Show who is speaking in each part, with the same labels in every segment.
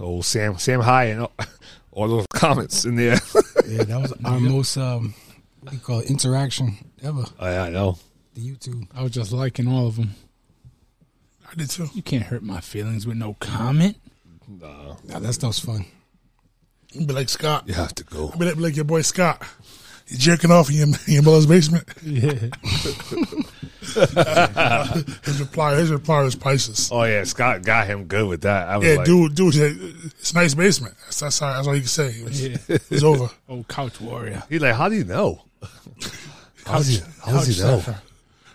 Speaker 1: old Oh, Sam Sam High and all, all those comments in there.
Speaker 2: Yeah, that was our most um, what do you call it, interaction ever.
Speaker 1: Oh, I, I know.
Speaker 2: The YouTube.
Speaker 3: I was just liking all of them.
Speaker 4: I did too.
Speaker 3: You can't hurt my feelings with no comment.
Speaker 2: Nah, that stuff's fun.
Speaker 4: Be like Scott.
Speaker 1: You have to go.
Speaker 4: Be like, be like your boy Scott. You jerking off in your, in your mother's basement.
Speaker 3: Yeah.
Speaker 4: His reply, his reply was priceless.
Speaker 1: Oh yeah, Scott got him good with that. I was
Speaker 4: yeah,
Speaker 1: like,
Speaker 4: dude, dude, yeah, it's a nice basement. That's that's, how, that's all you can say. It was, it was over.
Speaker 3: Old couch warrior.
Speaker 1: He's like, how do you know? How does he, how does he know?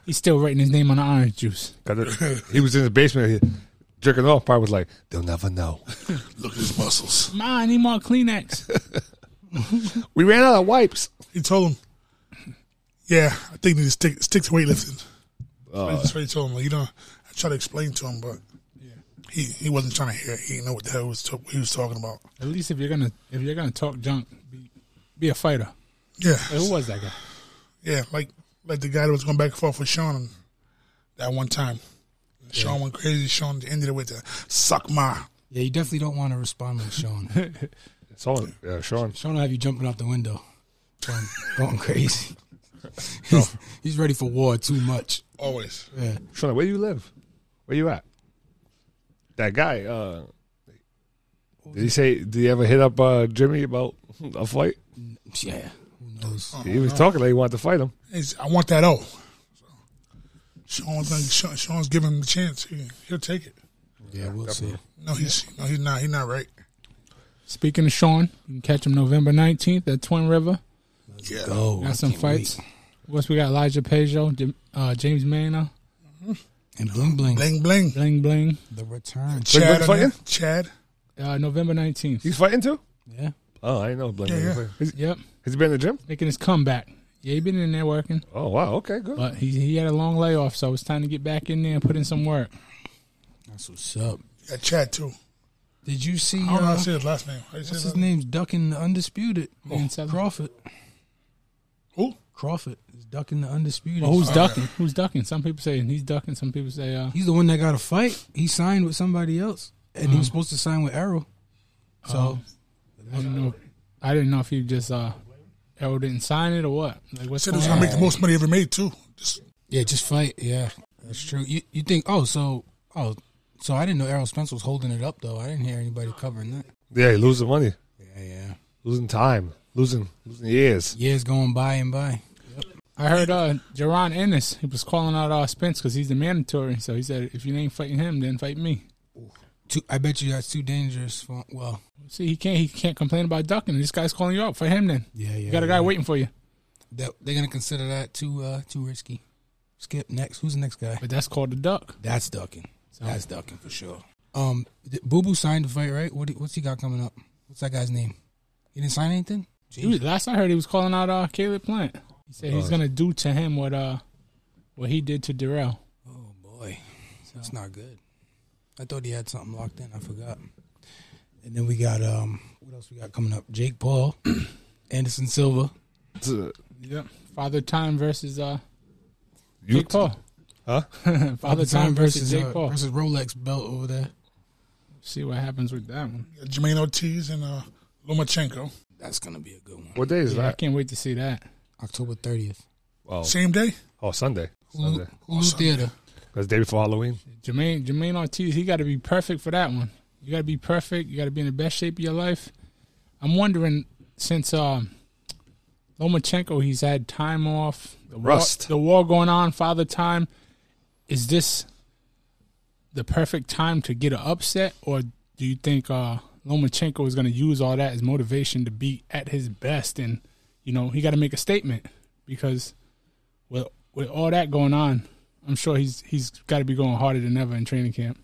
Speaker 3: He's still writing his name on the orange juice.
Speaker 1: 'Cause it- he was in the basement he, jerking off. Probably was like, they'll never know.
Speaker 4: Look at his muscles.
Speaker 3: Ma, I need more Kleenex.
Speaker 1: We ran out of wipes.
Speaker 4: He told him, "Yeah, I think you need to stick stick to weightlifting." That's what he told him. Like, you know, I tried to explain to him, but he he wasn't trying to hear. It. He didn't know what the hell was to- he was talking about.
Speaker 3: At least if you're gonna if you're gonna talk junk, be, be a fighter.
Speaker 4: Yeah,
Speaker 3: Who was that guy?
Speaker 4: yeah, like like the guy that was going back and forth with Sean that one time. Sean went crazy. Sean ended it with the "suck my."
Speaker 2: Yeah, you definitely don't want to respond to Sean.
Speaker 1: It's all, yeah, uh, Sean.
Speaker 2: Sean will have you jumping out the window, going, going crazy. he's, he's ready for war too much.
Speaker 4: Always.
Speaker 2: Yeah.
Speaker 1: Sean, where do you live? Where you at? That guy. Uh, did he say? Did he ever hit up uh, Jimmy about a fight?
Speaker 2: Yeah. Who knows?
Speaker 1: He was talking like he wanted to fight him.
Speaker 4: He's, I want that O. Sean's, like, Sean, Sean's giving him the chance. He, he'll take it.
Speaker 2: Yeah, we'll see.
Speaker 4: No, he's no, he's not. He's not right.
Speaker 3: Speaking of Sean, you can catch him November nineteenth at Twin River.
Speaker 4: Yeah.
Speaker 2: Go. Oh, I
Speaker 3: Got some
Speaker 2: can't
Speaker 3: fights.
Speaker 2: wait.
Speaker 3: What's we got? Elijah Peugeot, Jim, uh, James Manor,
Speaker 2: And bling bling.
Speaker 4: Bling bling.
Speaker 3: Bling Bling.
Speaker 2: The return.
Speaker 4: Chad.
Speaker 1: Bling
Speaker 4: on
Speaker 1: fighting?
Speaker 4: it. Chad.
Speaker 3: Uh, November nineteenth.
Speaker 1: He's fighting too.
Speaker 2: Yeah.
Speaker 1: Oh, I know. Blame
Speaker 4: Yeah, yeah.
Speaker 1: Has,
Speaker 3: Yep,
Speaker 1: has he been in the gym?
Speaker 3: making his comeback. Yeah, he been in there working,
Speaker 1: Oh wow. Okay, good.
Speaker 3: but he he had a long layoff, so it's time to get back in there and put in some work.
Speaker 2: That's what's up.
Speaker 4: Yeah, Chad too.
Speaker 2: Did you see?
Speaker 4: I don't know how
Speaker 2: Uh,
Speaker 4: to say his last name. How you
Speaker 2: what's
Speaker 4: say his
Speaker 2: his
Speaker 4: last name?
Speaker 2: name's ducking the undisputed.
Speaker 3: Man, seven.
Speaker 2: Crawford.
Speaker 4: Who?
Speaker 2: Crawford is ducking the undisputed.
Speaker 3: Well, who's ducking? Who's ducking? Some people say he's ducking. Some people say uh,
Speaker 2: He's the one that got a fight. He signed with somebody else, and he was supposed to sign with Arrow. So
Speaker 3: I didn't know. I didn't know if he just uh, Errol didn't sign it or what. Like what's
Speaker 4: Said he was
Speaker 3: going
Speaker 4: gonna
Speaker 3: on?
Speaker 4: make the most money ever made too. Just,
Speaker 2: yeah, just fight. Yeah, that's true. You you think? Oh, so oh, so I didn't know Errol Spence was holding it up though. I didn't hear anybody covering that.
Speaker 1: Yeah, he losing money,
Speaker 2: Yeah, yeah.
Speaker 1: losing time, losing losing years.
Speaker 2: Years going by and by.
Speaker 3: I heard uh, Jaron Ennis. He was calling out uh, Spence because he's the mandatory. So he said, if you ain't fighting him, then fight me.
Speaker 2: Too, I bet you that's too dangerous. For, well,
Speaker 3: See, he can't. He can't complain about ducking. This guy's calling you out. Fight him then.
Speaker 2: yeah, yeah.
Speaker 3: You got a guy waiting for you.
Speaker 2: That, they're gonna consider that too uh, too risky. Skip next. Who's the next guy?
Speaker 3: But that's called a duck.
Speaker 2: That's ducking. That's ducking for sure. Um, th- Boo Boo signed the fight, right? What do- what's he got coming up? What's that guy's name? He didn't sign anything.
Speaker 3: He was, last I heard, he was calling out uh, Caleb Plant. He said he's gonna do to him what uh, what he did to Darrell.
Speaker 2: Oh boy, that's not good. I thought he had something locked in. I forgot. And then we got um, what else we got coming up? Jake Paul, Anderson Silva.
Speaker 1: It's, uh,
Speaker 3: Yep. Father Time versus uh,
Speaker 1: you-
Speaker 3: Jake Paul.
Speaker 1: Huh?
Speaker 3: Father Time versus Jake
Speaker 2: uh,
Speaker 3: Paul.
Speaker 2: versus Rolex belt over there.
Speaker 3: See what happens with that one.
Speaker 4: Jermaine Ortiz and uh, Lomachenko.
Speaker 2: That's gonna be a good one.
Speaker 1: What day is
Speaker 3: Yeah, I
Speaker 1: that?
Speaker 3: can't wait to see that.
Speaker 2: October thirtieth,
Speaker 1: Oh,
Speaker 4: Same day.
Speaker 1: oh, Sunday.
Speaker 2: Hulu,
Speaker 1: Sunday.
Speaker 2: Hulu Theater.
Speaker 1: That's the day before Halloween.
Speaker 3: Jermaine Jermaine Ortiz, he got to be perfect for that one. You got to be perfect. You got to be in the best shape of your life. I'm wondering since um, Lomachenko, he's had time off, the war-
Speaker 1: Rust.
Speaker 3: the war going on, father time. Is this the perfect time to get an upset, or do you think uh, Lomachenko is going to use all that as motivation to be at his best? And you know, he got to make a statement because with with all that going on, I'm sure he's he's got to be going harder than ever in training camp.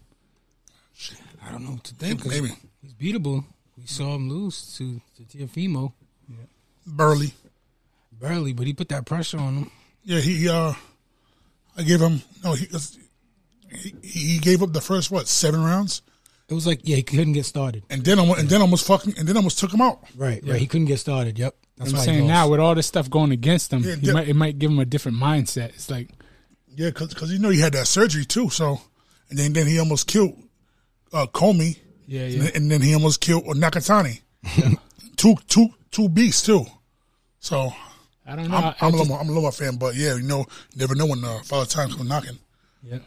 Speaker 2: I don't know what to think. 'cause
Speaker 4: Maybe.
Speaker 2: he's beatable. We saw him lose to to Tiafimo
Speaker 4: Burley.
Speaker 2: barely, but he put that pressure on him.
Speaker 4: Yeah, he. he, Uh, I gave him. No, he. He, he gave up the first what seven rounds,
Speaker 2: It was like yeah, he couldn't get started.
Speaker 4: and then almost, and then almost fucking, and then almost took him out.
Speaker 2: Right, right. He couldn't get started. Yep. That's
Speaker 3: I'm
Speaker 2: why he
Speaker 3: saying
Speaker 2: lost.
Speaker 3: now with all this stuff going against him,
Speaker 4: Yeah,
Speaker 3: he
Speaker 4: yeah.
Speaker 3: might it might give him a different mindset. It's like
Speaker 4: Yeah, because you know he had that surgery too. So, and then then he almost killed uh, Comey.
Speaker 3: Yeah,
Speaker 4: And,
Speaker 3: yeah.
Speaker 4: and then he almost killed uh, Nakatani. two, two, two beasts too. So
Speaker 3: I don't know.
Speaker 4: I'm,
Speaker 3: I- I
Speaker 4: I'm, a
Speaker 3: just-
Speaker 4: Lamar, I'm a Lamar fan, but yeah, you know, never know when uh, Father Time comes knocking.
Speaker 3: yeah.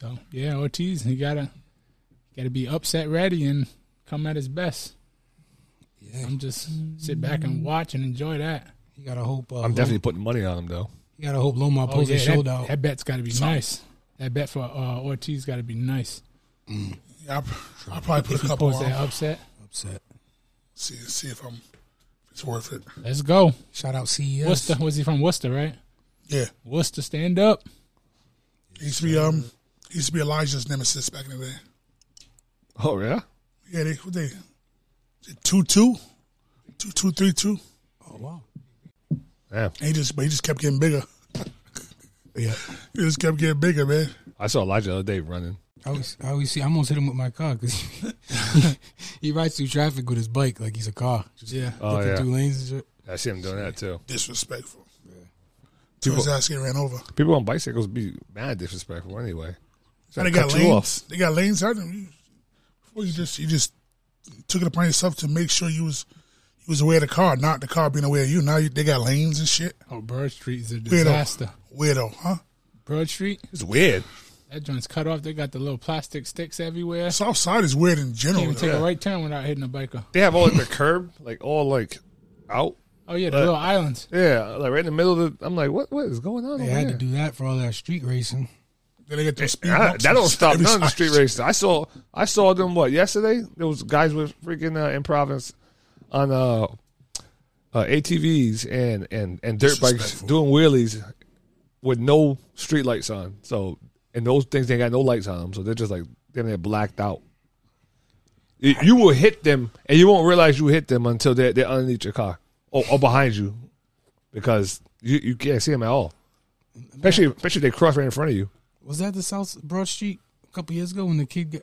Speaker 3: So yeah, Ortiz, he gotta gotta be upset ready and come at his best.
Speaker 2: Yeah.
Speaker 3: I'm just sit back and watch and enjoy that.
Speaker 2: You gotta hope. Uh,
Speaker 1: I'm definitely putting money on him though.
Speaker 2: You gotta hope Lomar
Speaker 3: Oh,
Speaker 2: pulls
Speaker 3: yeah,
Speaker 2: his shoulder
Speaker 3: that,
Speaker 2: out.
Speaker 3: that bet's gotta be nice. That bet for uh, Ortiz gotta be nice.
Speaker 4: Yeah, I'll, I'll probably put a couple
Speaker 3: Pulls
Speaker 4: on.
Speaker 3: that upset.
Speaker 2: Upset.
Speaker 4: See, see if I'm, if it's worth it.
Speaker 3: Let's go.
Speaker 2: Shout out E CES.
Speaker 3: Worcester. Was he from Worcester, right?
Speaker 4: Yeah,
Speaker 3: Worcester, stand up.
Speaker 4: he used to be um, he used to be Elijah's nemesis back in the day.
Speaker 1: Oh yeah.
Speaker 4: Yeah, they what they, two two, two two three two.
Speaker 2: Oh wow.
Speaker 1: Yeah.
Speaker 4: And he just but he just kept getting bigger.
Speaker 2: Yeah.
Speaker 4: He just kept getting bigger, man.
Speaker 1: I saw Elijah the other day running.
Speaker 2: I always, I always see. I almost hit him with my car because he rides through traffic with his bike like he's a car. Just
Speaker 3: Yeah.
Speaker 1: Oh
Speaker 2: flipping
Speaker 1: yeah.
Speaker 2: through lanes and shit.
Speaker 1: I see him doing that too.
Speaker 4: Disrespectful. So
Speaker 1: People,
Speaker 4: his ass getting ran over.
Speaker 1: people on bicycles be mad disrespectful anyway.
Speaker 4: Now they
Speaker 1: Try to
Speaker 4: got
Speaker 1: cut you
Speaker 4: lanes. They got lanes out. there. You- Before you just you just took it upon yourself to make sure you was you was aware of the car, not the car being aware of you. Now you, they got lanes and shit.
Speaker 3: Oh, Bird Street is a
Speaker 4: Weirdo.
Speaker 3: disaster.
Speaker 4: Weirdo, huh?
Speaker 3: Bird Street,
Speaker 1: It's weird.
Speaker 3: that joint's cut off. They got the little plastic sticks everywhere.
Speaker 4: South side is weird in
Speaker 3: Can't
Speaker 4: general.
Speaker 3: even take
Speaker 4: though.
Speaker 3: a right turn without hitting a biker.
Speaker 1: They have all like the curb, like all like out.
Speaker 3: Oh yeah, the
Speaker 1: Uh,
Speaker 3: little islands.
Speaker 1: Yeah, like right in the middle of the. I'm like, what? What is going on?
Speaker 2: They
Speaker 1: over
Speaker 2: had
Speaker 1: here?
Speaker 2: to do that for all that street racing.
Speaker 4: Then they got those speed
Speaker 1: I,
Speaker 4: bumps
Speaker 1: that
Speaker 4: on
Speaker 1: don't stop
Speaker 4: every
Speaker 1: none of the
Speaker 4: side.
Speaker 1: street races. I saw I saw them what yesterday. Those guys with freaking uh, in Providence on uh, uh, ATVs and and and dirt bikes
Speaker 4: Disrespectful.
Speaker 1: doing wheelies with no street lights on. So and those things they ain't got no lights on them. So they're just like then they're blacked out. You you will hit them and you won't realize you hit them until they're they're underneath your car or, or behind you because you you can't see them at all. Especially especially if they cross right in front of you.
Speaker 2: Was that the South Broad Street a couple years ago when the kid got,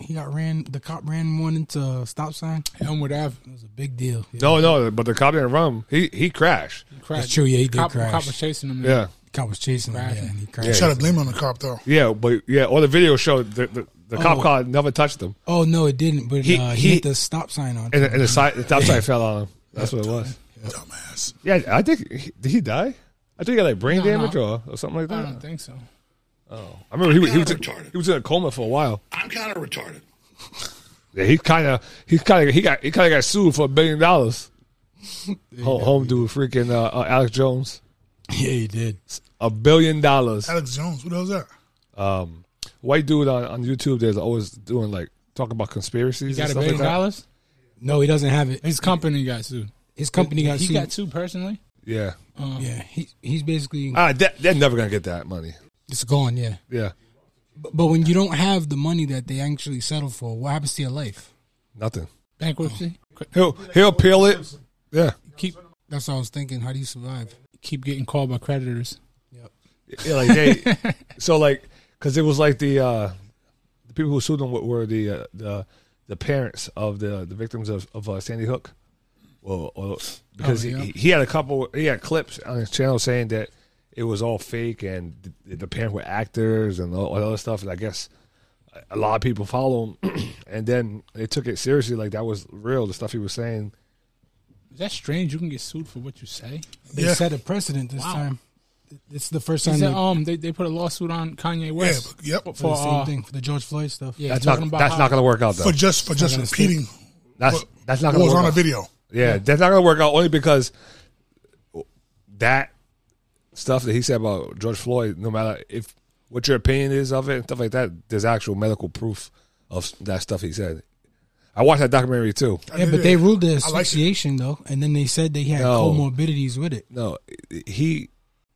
Speaker 2: he got ran? The cop ran one into a stop sign.
Speaker 3: Elmwood Ave.
Speaker 2: It was a big deal. Yeah.
Speaker 1: No, no, but the cop didn't run. He he crashed.
Speaker 3: Crash.
Speaker 2: That's true, yeah, he did
Speaker 3: cop,
Speaker 2: crash.
Speaker 3: cop was chasing him.
Speaker 1: Yeah,
Speaker 2: cop was chasing him.
Speaker 3: Crashing.
Speaker 2: Yeah, and he
Speaker 4: You
Speaker 2: crashed.
Speaker 4: try to blame it on the cop though.
Speaker 1: yeah, but yeah, all the video showed the the, the cop
Speaker 2: Oh.
Speaker 1: car never touched him,
Speaker 2: Oh no, it didn't. But
Speaker 1: He-
Speaker 2: uh, he,
Speaker 1: he-
Speaker 2: hit the stop sign on.
Speaker 1: and, the- and the side the top side fell on him. That's what it was.
Speaker 4: Dumbass.
Speaker 1: Yeah, I think he- did he die? I think he got like brain
Speaker 3: No, Uh-huh.
Speaker 1: damage
Speaker 3: no.
Speaker 1: Or, or something like
Speaker 3: I
Speaker 1: that.
Speaker 3: don't think so.
Speaker 1: I remember he was he was,
Speaker 5: Retarded.
Speaker 1: he was in a coma for a while.
Speaker 5: I'm kind of retarded.
Speaker 1: Yeah, he kind of he kind of he got he kind of got sued for a billion dollars. Home, home dude, freaking uh, uh, Alex Jones,
Speaker 2: yeah, he did.
Speaker 1: a billion dollars.
Speaker 4: Alex Jones, who the hell's that?
Speaker 1: Um, white dude on, on YouTube, there's always doing like talking about
Speaker 3: He
Speaker 1: conspiracies.
Speaker 3: got
Speaker 1: and
Speaker 3: a
Speaker 1: stuff
Speaker 3: billion
Speaker 1: like that.
Speaker 3: dollars.
Speaker 2: No, he doesn't have it.
Speaker 3: His company got sued.
Speaker 2: His company got
Speaker 3: he
Speaker 2: sued. Oh.
Speaker 3: got sued personally.
Speaker 1: Yeah,
Speaker 2: yeah, he he's basically
Speaker 1: Ah, that, they're never gonna get that money.
Speaker 2: it's gone. Yeah,
Speaker 1: Yeah,
Speaker 2: but, but when you don't have the money that they actually settled for, what happens to your life?
Speaker 1: nothing.
Speaker 3: Bankruptcy.
Speaker 1: He'll he'll peel it. Yeah,
Speaker 3: Keep
Speaker 2: That's what I was thinking. How do you survive?
Speaker 3: keep getting called by creditors.
Speaker 1: yeah. Like they, so like because it was like the uh the people who sued them were, were the uh, the the parents of the the victims of of uh, Sandy Hook. Well, well, because
Speaker 3: Oh, yeah.
Speaker 1: he, he had a couple, he had clips on his channel saying that it was all fake and the, the parents were actors and all, all that other stuff. And I guess a lot of people follow him, and then they took it seriously, like that was real. The stuff he was saying.
Speaker 3: Is that strange? You can get sued for what you say.
Speaker 2: They
Speaker 4: Yeah.
Speaker 2: set a precedent this
Speaker 3: Wow.
Speaker 2: time. It's the first time
Speaker 3: Is
Speaker 2: they
Speaker 3: that, um, they, they put a lawsuit on Kanye
Speaker 4: Yeah,
Speaker 3: West.
Speaker 4: but, yep.
Speaker 2: for the same
Speaker 3: uh,
Speaker 2: thing for the George Floyd stuff.
Speaker 3: Yeah,
Speaker 1: That's
Speaker 3: talking
Speaker 1: not
Speaker 3: about
Speaker 1: that's
Speaker 3: how-
Speaker 1: not going to work out though.
Speaker 4: For just for just
Speaker 2: gonna stick.
Speaker 4: repeating
Speaker 1: That's that's not
Speaker 4: what
Speaker 1: going
Speaker 4: was
Speaker 1: to
Speaker 4: on a
Speaker 1: work. Out.
Speaker 4: video.
Speaker 1: Yeah, that's not going to work out only because that stuff that he said about George Floyd. No matter if what your opinion is of it and stuff like that, there's actual medical proof of that stuff he said. I watched that documentary too.
Speaker 2: Yeah, but they ruled the
Speaker 4: I like it.
Speaker 2: association though, and then they said they had
Speaker 1: No.
Speaker 2: comorbidities with it.
Speaker 1: No, he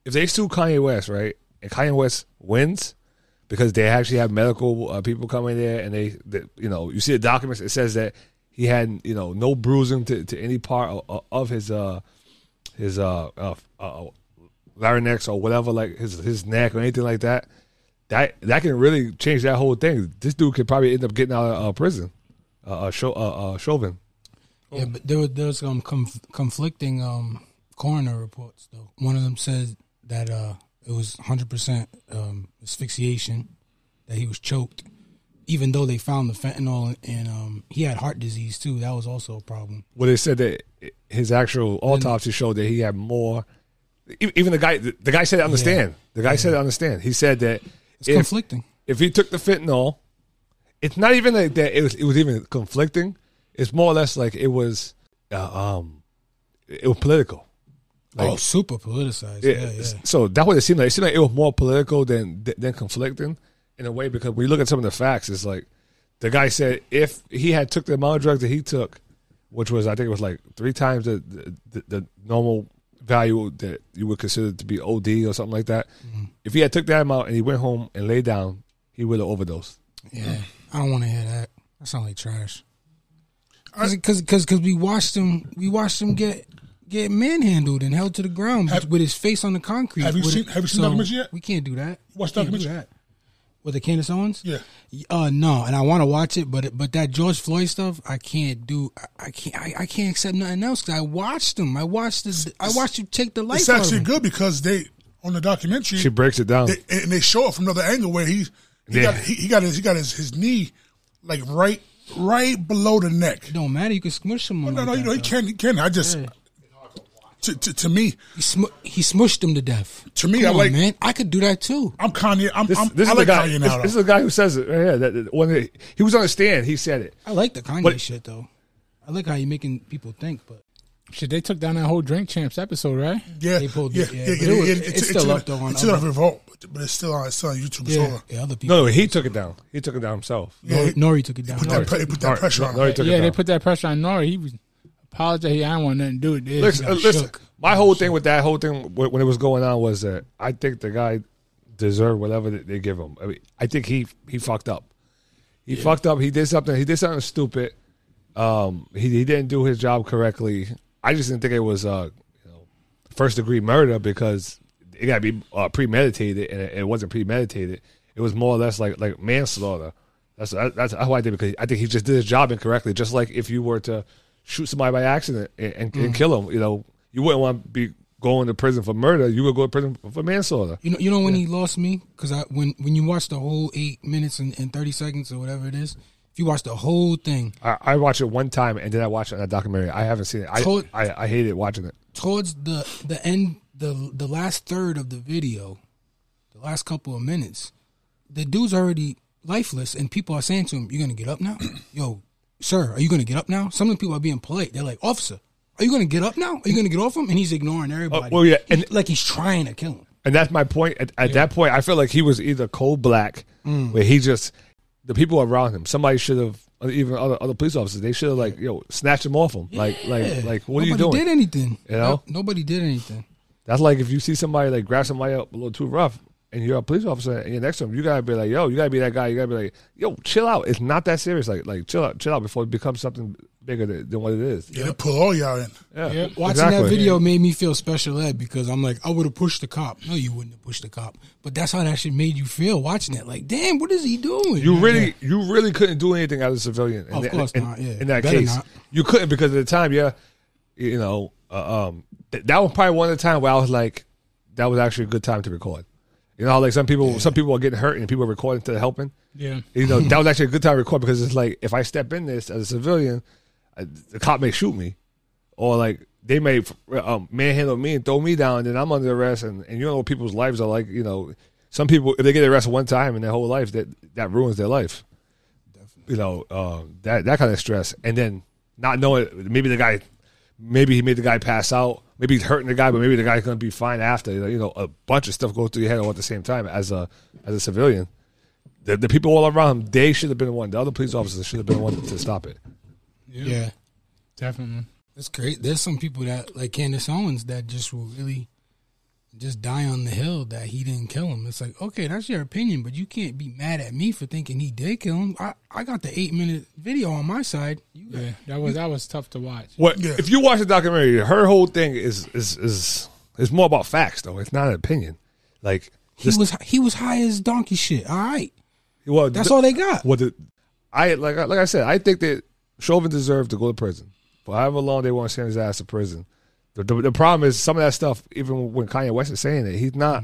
Speaker 1: if they sue Kanye West, right, and Kanye West wins because they actually have medical uh, people come in there and they, they, you know, you see the documents. It says that he had, you know, no bruising to, to any part of, of his uh his uh, uh, uh larynx or whatever, like his his neck or anything like that. That that can really change that whole thing. This dude could probably end up getting out of uh, prison. Uh, uh, Sho- uh, uh, Chauvin.
Speaker 2: Yeah, but there was there was um, conf- conflicting um, coroner reports though. One of them said that uh, it was 100 percent um, asphyxiation, that he was choked, even though they found the fentanyl and um, he had heart disease too, that was also a problem.
Speaker 1: Well, they said that his actual autopsy showed that he had more. e- Even the guy, the guy said, I "Understand." The guy said, "I "Understand." He said that
Speaker 2: It's
Speaker 1: if,
Speaker 2: conflicting.
Speaker 1: if he took the fentanyl, it's not even like that. It was it was even conflicting. It's more or less like it was, uh, um, it was political.
Speaker 2: oh, super politicized.
Speaker 1: Yeah,
Speaker 2: yeah, yeah.
Speaker 1: So that's what it seemed like. It seemed like it was more political than than conflicting in a way because when you look at some of the facts, it's like the guy said if he had took the amount of drugs that he took, which was I think it was like three times the the, the, the normal value that you would consider to be OD or something like that.
Speaker 4: Mm-hmm.
Speaker 1: If he had took that amount and he went home and lay down, he would have overdosed.
Speaker 2: Yeah, I don't want to hear that. That sounds like trash. Because because we watched him we watched him get get manhandled and held to the ground
Speaker 4: Have-
Speaker 2: with his face on the concrete.
Speaker 4: Have you
Speaker 2: with
Speaker 4: seen- have you seen the documentary yet?
Speaker 2: We can't do that. We can't
Speaker 4: Watch
Speaker 2: do
Speaker 4: documentary.
Speaker 2: that. With the Candace Owens?
Speaker 4: Yeah.
Speaker 2: Uh, no, and I want to watch it, but but that George Floyd stuff, I can't do. I, I can't. I, I can't accept nothing else. 'cause I watched him. I watched this. I watched you take the life.
Speaker 4: It's
Speaker 2: out of
Speaker 4: actually
Speaker 2: him.
Speaker 4: good because they on the documentary
Speaker 1: She breaks it down.
Speaker 4: they, and they show it from another angle where he he,
Speaker 1: Yeah.
Speaker 4: got, he, he got his he got his, his knee like right right below the neck.
Speaker 2: It don't matter. You can smush him.
Speaker 4: No,
Speaker 2: on
Speaker 4: no,
Speaker 2: like
Speaker 4: no, you
Speaker 2: that,
Speaker 4: know he
Speaker 2: though.
Speaker 4: can he can. I just to, to to me
Speaker 2: He, smu- he smushed him to death.
Speaker 4: to me
Speaker 2: Come
Speaker 4: I
Speaker 2: on,
Speaker 4: like
Speaker 2: man. I could do that too.
Speaker 4: I'm Kanye I'm,
Speaker 1: this,
Speaker 4: I'm
Speaker 1: this
Speaker 4: I
Speaker 1: is
Speaker 4: like
Speaker 1: the guy.
Speaker 4: Kanye
Speaker 1: This,
Speaker 4: now.
Speaker 1: this is
Speaker 4: though.
Speaker 1: the guy who says it. Right here, that, that one that- he was on the stand. He said it.
Speaker 2: I like the Kanye
Speaker 1: But-
Speaker 2: shit though. I like how you making people think, but
Speaker 3: Shit, they took down that whole Drink Champs episode, right?
Speaker 4: yeah,
Speaker 2: they pulled
Speaker 4: yeah,
Speaker 2: it, yeah,
Speaker 4: yeah, yeah,
Speaker 2: but it was-
Speaker 4: yeah,
Speaker 2: it's still
Speaker 4: in-
Speaker 2: up though on
Speaker 4: it's still on
Speaker 2: other-
Speaker 4: Revolt, but- but it's still on it's still on YouTube. It's
Speaker 2: yeah,
Speaker 4: over.
Speaker 2: yeah other people.
Speaker 1: No, he took it down. He took it down himself.
Speaker 4: Yeah,
Speaker 2: Nori,
Speaker 4: he-
Speaker 2: Nori took it down.
Speaker 4: Put that, pre- put that pressure on. him.
Speaker 1: No, he took it
Speaker 3: yeah,
Speaker 1: down.
Speaker 3: they put that pressure on Nori. He was apologized. He, I don't want nothing to do with this.
Speaker 1: Listen,
Speaker 3: He
Speaker 1: uh,
Speaker 3: got
Speaker 1: listen,
Speaker 3: shook.
Speaker 1: my whole thing with that whole thing wh- when it was going on was that I think the guy deserved whatever that they give him. I mean, I think he he fucked up. He fucked up. He did something. He did something stupid. Um, he he didn't do his job correctly. I just didn't think it was uh, you know, first degree murder because it got to be uh, premeditated, and it, it wasn't premeditated. It was more or less like like manslaughter. That's that's how I did because I think he just did his job incorrectly. Just like if you were to shoot somebody by accident and, and, and kill him, you know, you wouldn't want to be going to prison for murder. You would go to prison for manslaughter.
Speaker 2: You know, you know when he lost me because I when when you watch the whole eight minutes and, and thirty seconds or whatever it is, if you watch the whole thing
Speaker 1: I, I watched it one time and then I watched it on a documentary. I haven't seen it. I
Speaker 2: Tot-
Speaker 1: I, I hated watching it.
Speaker 2: towards the the end, the the last third of the video, the last couple of minutes, the dude's already lifeless, and people are saying to him, "You're gonna get up now, yo, sir? Are you gonna get up now?" Some of the people are being polite. They're like, "Officer, are you gonna get up now? Are you gonna get off him?" And he's ignoring everybody.
Speaker 1: Oh, well, yeah,
Speaker 2: He-
Speaker 1: and-
Speaker 2: like he's trying to kill him.
Speaker 1: and that's my point. At, at that point, I feel like he was either cold black,
Speaker 2: Mm.
Speaker 1: where he just the people around him. Somebody should have, even other other police officers, they should have like yo snatched him off him. Like like like what are
Speaker 2: Nobody
Speaker 1: you doing?
Speaker 2: did anything?
Speaker 1: You know?
Speaker 2: No- nobody did anything.
Speaker 1: That's like if you see somebody like grab somebody up a little too rough, and you're a police officer and you're next to him, you gotta be like yo, you gotta be that guy. You gotta be like yo, chill out. It's not that serious. Like like chill out, chill out before it becomes something bigger than, than what it is.
Speaker 4: Yeah, they pull all y'all in.
Speaker 1: Yeah,
Speaker 3: Yeah.
Speaker 2: Watching that
Speaker 1: Exactly.
Speaker 2: video made me feel special ed because I'm like, I would have pushed the cop. No, you wouldn't have pushed the cop. But that's how that shit made you feel watching it. Like, damn, what is he doing?
Speaker 1: You really, you really couldn't do anything as a civilian. In
Speaker 2: Of
Speaker 1: that-
Speaker 2: course
Speaker 1: in,
Speaker 2: not, yeah.
Speaker 1: in that
Speaker 2: Better
Speaker 1: case,
Speaker 2: not.
Speaker 1: you couldn't because at the time, yeah, you know, uh, um, th- that was probably one of the time where I was like, that was actually a good time to record. You know, how, like some people, some people are getting hurt and people are recording to helping.
Speaker 3: Yeah.
Speaker 1: You know, that was actually a good time to record because it's like if I step in this as a civilian, I, the cop may shoot me, or like they may um, manhandle me and throw me down, then I'm under arrest. And, and you know what people's lives are like. You know, some people if they get arrested one time in their whole life, that that ruins their life. You know, um, that that kind of stress, and then not knowing maybe the guy, maybe he made the guy pass out, maybe he's hurting the guy, but maybe the guy's gonna be fine after. You know, you know, a bunch of stuff goes through your head all at the same time as a as a civilian the, the people all around him, they should have been the one. The other police officers should have been the one to stop it.
Speaker 2: Yeah.
Speaker 3: Definitely.
Speaker 2: That's great. There's some people that, like Candace Owens, that just will really just die on the hill that he didn't kill him. It's like, okay, that's your opinion, but you can't be mad at me for thinking he did kill him. I, I got the eight minute video on my side. You
Speaker 3: Yeah. That was that was tough to watch.
Speaker 1: What
Speaker 4: Yeah.
Speaker 1: if you watch the documentary? Her whole thing is is is is more about facts, though. It's not an opinion. Like
Speaker 2: He
Speaker 1: this,
Speaker 2: was he was high as donkey shit. All right,
Speaker 1: well,
Speaker 2: that's
Speaker 1: the-
Speaker 2: all they got.
Speaker 1: What the, I like like I said, I think that Chauvin deserved to go to prison for however long they want to send his ass to prison. The, the, the problem is some of that stuff, even when Kanye West is saying it, he's not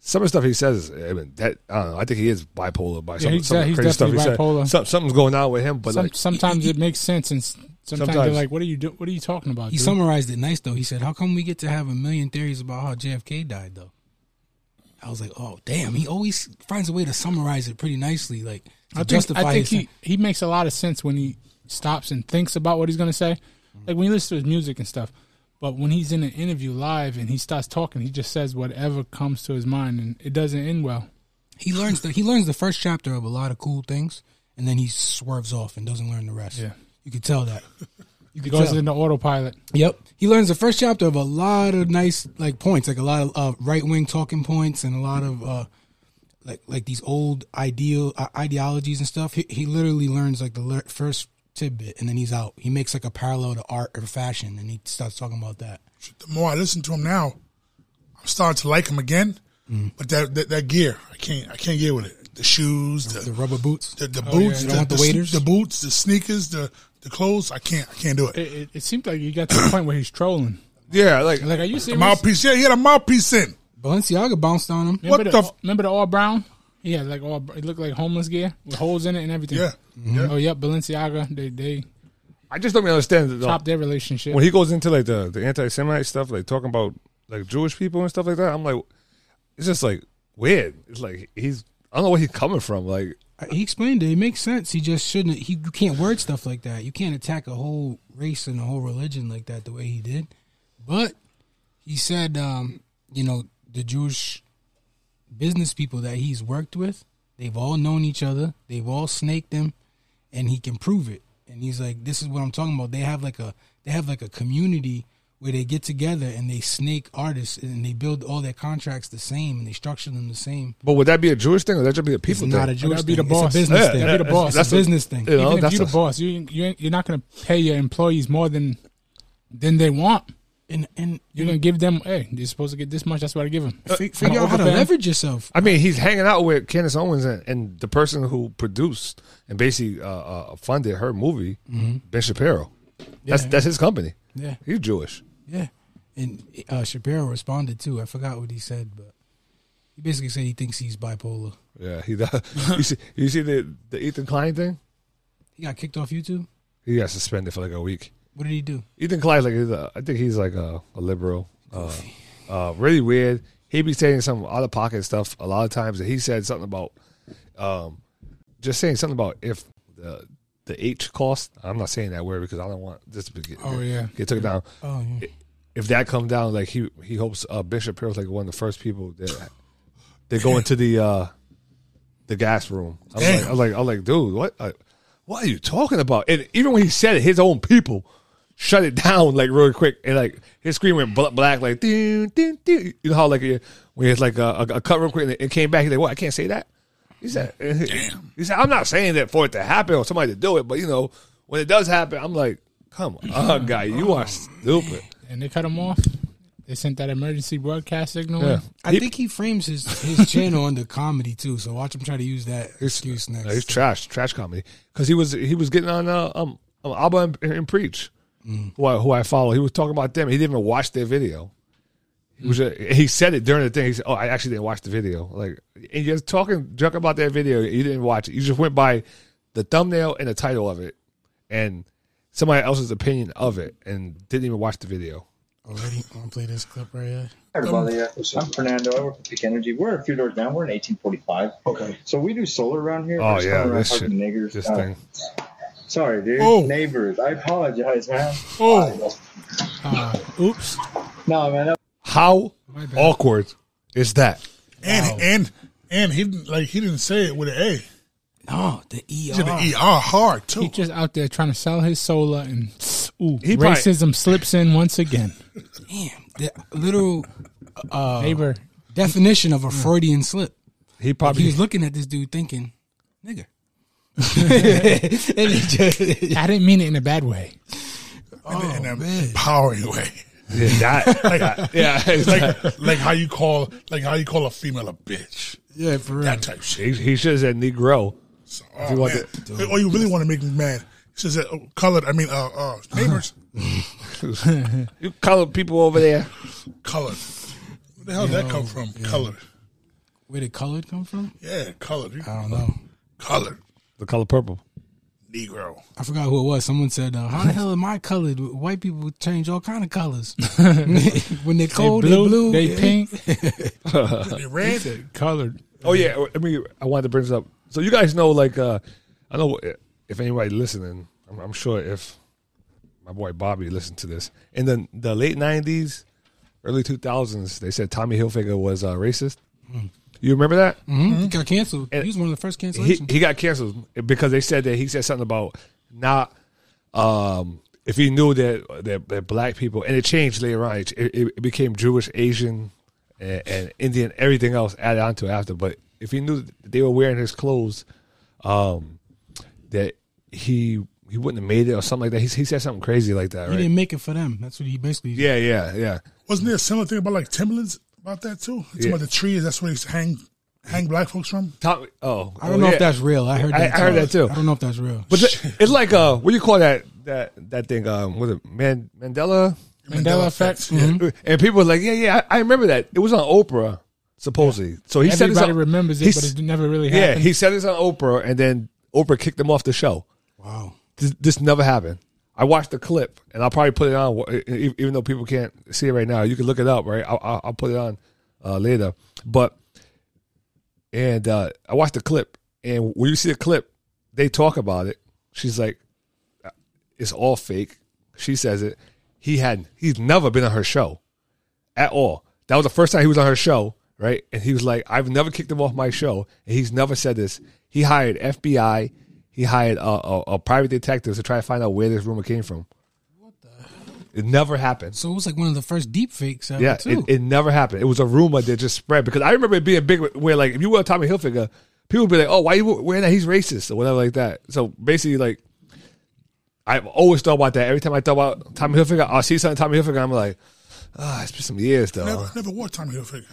Speaker 1: some of the stuff he says, I mean, that I don't know. I think he is bipolar by some,
Speaker 3: he's
Speaker 1: some of
Speaker 3: de-
Speaker 1: the
Speaker 3: he's
Speaker 1: crazy stuff he
Speaker 3: definitely
Speaker 1: said.
Speaker 3: bipolar.
Speaker 1: Some, something's going on with him, but
Speaker 3: Some,
Speaker 1: like,
Speaker 3: sometimes it makes sense, and s- sometimes, they're
Speaker 1: Sometimes.
Speaker 3: like, "What are you do? What are you talking about?"
Speaker 2: He
Speaker 3: dude?"
Speaker 2: summarized it nice though. He said, "How come we get to have a million theories about how JFK died though?" I was like, "Oh, damn!" He always finds a way to summarize it pretty nicely, like to
Speaker 3: I think,
Speaker 2: justify
Speaker 3: I think
Speaker 2: his.
Speaker 3: he, he makes a lot of sense when he stops and thinks about what he's going to say.
Speaker 2: Mm-hmm.
Speaker 3: Like when you listen to his music and stuff. But when he's in an interview live and he starts talking, he just says whatever comes to his mind and it doesn't end well.
Speaker 2: he learns the he learns the first chapter of a lot of cool things, and then he swerves off and doesn't learn the rest.
Speaker 3: Yeah.
Speaker 2: you could tell that. You
Speaker 3: He
Speaker 2: could
Speaker 3: goes
Speaker 2: tell.
Speaker 3: into autopilot.
Speaker 2: Yep. He learns the first chapter of a lot of nice like points, like a lot of uh, right wing talking points and a lot of uh, like like these old ideal uh, ideologies and stuff. He, he literally learns like the le- first tidbit, and then he's out. He makes like a parallel to art or fashion, and he starts talking about that.
Speaker 4: The more I listen to him now, I'm starting to like him again.
Speaker 2: Mm.
Speaker 4: But that, that that gear, I can't I can't get with it. The shoes, the
Speaker 2: The rubber boots.
Speaker 4: the, the
Speaker 3: Oh, yeah,
Speaker 4: boots,
Speaker 3: you
Speaker 2: don't want
Speaker 4: the,
Speaker 2: the
Speaker 4: sne-
Speaker 2: waders?
Speaker 4: the boots, the sneakers, the the clothes. I can't I can't do it.
Speaker 3: It, it, it seemed like he got to the point where he's trolling.
Speaker 1: yeah, like,
Speaker 3: Like, are you serious?
Speaker 4: Mouthpiece, yeah, he had a mouthpiece in.
Speaker 2: Balenciaga bounced on him.
Speaker 3: remember
Speaker 4: what
Speaker 3: the,
Speaker 4: the f-
Speaker 3: remember the all brown? He had like all it looked like homeless gear with holes in it and everything.
Speaker 4: Yeah,
Speaker 1: Mm-hmm.
Speaker 4: yeah.
Speaker 3: Oh yep, Balenciaga. They they
Speaker 1: I just don't really understand. the-
Speaker 3: topped their relationship.
Speaker 1: when he goes into like the, the anti Semite stuff, like talking about like Jewish people and stuff like that, I'm like, it's just like weird. It's like he's I don't know where he's coming from. Like
Speaker 2: He explained it. It makes sense. He just shouldn't. He you can't word stuff like that. You can't attack a whole race and a whole religion like that the way he did. But he said, um, you know, the Jewish business people that he's worked with, they've all known each other. They've all snaked him, and he can prove it. And he's like, this is what I'm talking about. They have like a they have like a community where they get together and they snake artists and they build all their contracts the same and they structure them the same.
Speaker 1: But would that be a Jewish thing or that should be a people
Speaker 2: It's
Speaker 1: thing?
Speaker 2: not a Jewish
Speaker 3: that'd be
Speaker 2: thing.
Speaker 3: the
Speaker 2: It's
Speaker 3: boss.
Speaker 2: a business
Speaker 1: Yeah,
Speaker 2: thing.
Speaker 1: yeah,
Speaker 2: It's a
Speaker 1: that's- that's a-
Speaker 2: business thing.
Speaker 1: you know,
Speaker 3: Even if
Speaker 1: that's
Speaker 3: you're
Speaker 1: a-
Speaker 3: the boss, you you ain't- you're not gonna pay your employees more than than they want.
Speaker 2: and and
Speaker 3: You're gonna give them, hey, you're supposed to get this much. That's what I give them.
Speaker 2: fi- figure out how to
Speaker 3: overpaying.
Speaker 2: leverage yourself.
Speaker 1: I mean, he's hanging out with Candace Owens and, and the person who produced and basically uh, uh, funded her movie, Ben Shapiro. That's
Speaker 2: Mm-hmm. Yeah.
Speaker 1: that's his company.
Speaker 2: Yeah,
Speaker 1: He's Jewish.
Speaker 2: yeah. And uh, Shapiro responded too. I forgot what he said, but he basically said he thinks he's bipolar.
Speaker 1: Yeah, he. does. you see, you see the the Ethan Klein thing.
Speaker 2: He got kicked off YouTube.
Speaker 1: He got suspended for like a week.
Speaker 2: What did he do?
Speaker 1: Ethan Klein, like, he's a, I think he's like a, a liberal. Uh, uh, really weird. He be saying some out of pocket stuff a lot of times. And he said something about, um, just saying something about if the the H cost. I'm not saying that word because I don't want this to be get,
Speaker 3: Oh, yeah.
Speaker 1: get took down.
Speaker 2: Oh, yeah.
Speaker 1: If that come down, like he he hopes uh, Bishop Pierce like one of the first people that they go into the uh, the gas room. I'm like, I'm like, I'm like, dude, what? Uh, what are you talking about? And even when he said it, his own people shut it down like real quick, and like his screen went bla- black, like, ding, ding, ding. you know how like you- when it's like a, a, a cut real quick, and it- it came back. He's like, what? I can't say that. He said, he said, I'm not saying that for it to happen or somebody to do it, but you know when it does happen, I'm like, come on, guy, you are stupid.
Speaker 3: And they cut him off. They sent that emergency broadcast signal. in.
Speaker 1: Yeah.
Speaker 2: I
Speaker 1: He-
Speaker 2: think he frames his his channel under comedy too. So watch him try to use that excuse next.
Speaker 1: No, he's trash, trash comedy. Because he was he was getting on uh, um, um Abba and, and Preach,
Speaker 2: Mm.
Speaker 1: who I who I follow. He was talking about them. He didn't even watch their video. He was a- he said it during the thing. He said, "Oh, I actually didn't watch the video." Like, and you're talking junk about that video. You didn't watch it. You just went by the thumbnail and the title of it, and somebody else's opinion of it, and didn't even watch the video.
Speaker 2: Already, I'm gonna play this clip right here.
Speaker 5: Everybody, uh, I'm Fernando. I work for Peak Energy. We're a few doors down. We're in 1845. Okay. So we do solar around here.
Speaker 1: Oh,
Speaker 5: We're just
Speaker 1: yeah,
Speaker 5: going around
Speaker 1: this
Speaker 5: talking
Speaker 1: shit-
Speaker 5: to niggers.
Speaker 1: This
Speaker 5: Uh,
Speaker 1: thing.
Speaker 5: Sorry, dude.
Speaker 4: Oh.
Speaker 5: Neighbors. I apologize, man.
Speaker 4: Oh,
Speaker 3: Uh, oops.
Speaker 5: No, man. That
Speaker 1: How
Speaker 3: bad.
Speaker 1: awkward is that?
Speaker 4: and and and he didn't like he didn't say it with an A.
Speaker 2: No, the
Speaker 4: He
Speaker 2: ER.
Speaker 4: said the E R hard too.
Speaker 3: He's just out there trying to sell his solar, and ooh,
Speaker 1: He probably-
Speaker 3: racism slips in once again.
Speaker 2: Damn, the literal
Speaker 1: Uh,
Speaker 3: Neighbor,
Speaker 2: definition of a Freudian slip.
Speaker 1: He
Speaker 2: He
Speaker 1: probably
Speaker 2: was looking at this dude thinking, nigga. And he just-
Speaker 3: I didn't mean it in a bad way.
Speaker 4: in
Speaker 2: Oh,
Speaker 4: an empowering way.
Speaker 1: did that. yeah, it's like-
Speaker 4: Like like how you call like how you call a female a bitch.
Speaker 2: Yeah, for real.
Speaker 4: That type of shit.
Speaker 1: he, he should have said Negro.
Speaker 4: So, oh,
Speaker 1: you want
Speaker 4: man. oh, you really want to make me mad? He says that oh, colored. I mean, uh, uh, neighbors
Speaker 1: You colored people over there.
Speaker 4: colored. Where the hell did that come from? Colored.
Speaker 2: Where did colored come from?
Speaker 4: Yeah, colored.
Speaker 2: I don't know.
Speaker 4: Colored.
Speaker 1: The color purple.
Speaker 4: Negro.
Speaker 2: I forgot who it was. Someone said, uh, "How the hell am I colored? White people change all kind of colors. when they're cold,
Speaker 3: they
Speaker 2: they're
Speaker 3: blue,
Speaker 2: blue.
Speaker 3: they pink,
Speaker 4: They red.
Speaker 3: colored.
Speaker 1: Oh yeah, I mean, I wanted to bring this up. So you guys know, like, uh I know if anybody listening, I'm, I'm sure if my boy Bobby listened to this in the the late '90s, early 2000s, they said Tommy Hilfiger was uh, racist. You remember that?
Speaker 2: Mhm. He got canceled.
Speaker 1: And-
Speaker 2: he was one of the first
Speaker 1: he,
Speaker 2: cancellations.
Speaker 1: he got canceled because they said that he said something about not um, if he knew that, that that black people and it changed later on. It, it, it became Jewish, Asian, and, and Indian, everything else added on to it after. But if he knew that they were wearing his clothes, um, that he he wouldn't have made it or something like that. He, he said something crazy like that,
Speaker 2: He,
Speaker 1: right?
Speaker 2: didn't make it for them. That's what he basically.
Speaker 1: Yeah, yeah, yeah.
Speaker 4: Wasn't there a similar thing about like Timberlands about that too? It's
Speaker 1: Yeah.
Speaker 4: about the trees. That's where they used to hang hang black folks from.
Speaker 1: Tom, oh,
Speaker 2: I don't
Speaker 1: oh,
Speaker 2: know
Speaker 1: yeah.
Speaker 2: if that's real. I heard.
Speaker 1: I-
Speaker 2: That
Speaker 1: I heard that too.
Speaker 2: I don't know if that's real.
Speaker 1: But the- it's like uh, what do you call that that that thing? Um, was it Man, Mandela?
Speaker 3: Mandela effect. Mm-hmm.
Speaker 4: Yeah.
Speaker 1: And people were like, yeah, yeah, I, I remember that. It was on Oprah, supposedly. So he said
Speaker 3: Everybody
Speaker 1: this on,
Speaker 3: remembers it,
Speaker 1: he's-
Speaker 3: but it never really
Speaker 1: yeah,
Speaker 3: happened.
Speaker 1: he said this on Oprah, and then Oprah kicked him off the show.
Speaker 2: wow.
Speaker 1: This, this never happened. I watched the clip, and I'll probably put it on, e- e- even though people can't see it right now. You can look it up, right? I'll, I'll, I'll put it on uh, later. But and uh, I watched the clip, and when you see the clip, they talk about it. She's like, "Uh, "It's all fake." She says it. He had he's never been on her show at all. That was the first time he was on her show, right? And he was like, "I've never kicked him off my show," and he's never said this. He hired FBI, he hired a, a, a private detective to try to find out where this rumor came from. What the? It never happened.
Speaker 2: So it was like one of the first deep fakes ever
Speaker 1: Yeah,
Speaker 2: too.
Speaker 1: it, it never happened. It was a rumor that just spread because I remember it being big. Where like if you were Tommy Hilfiger, people would be like, "Oh, why you wearing that? He's racist or whatever like that." So basically, like I've always thought about that. Every time I thought about Tommy Hilfiger, I see something Tommy Hilfiger, I'm like, "Ah, it's been some years though."
Speaker 4: Never, never wore Tommy Hilfiger.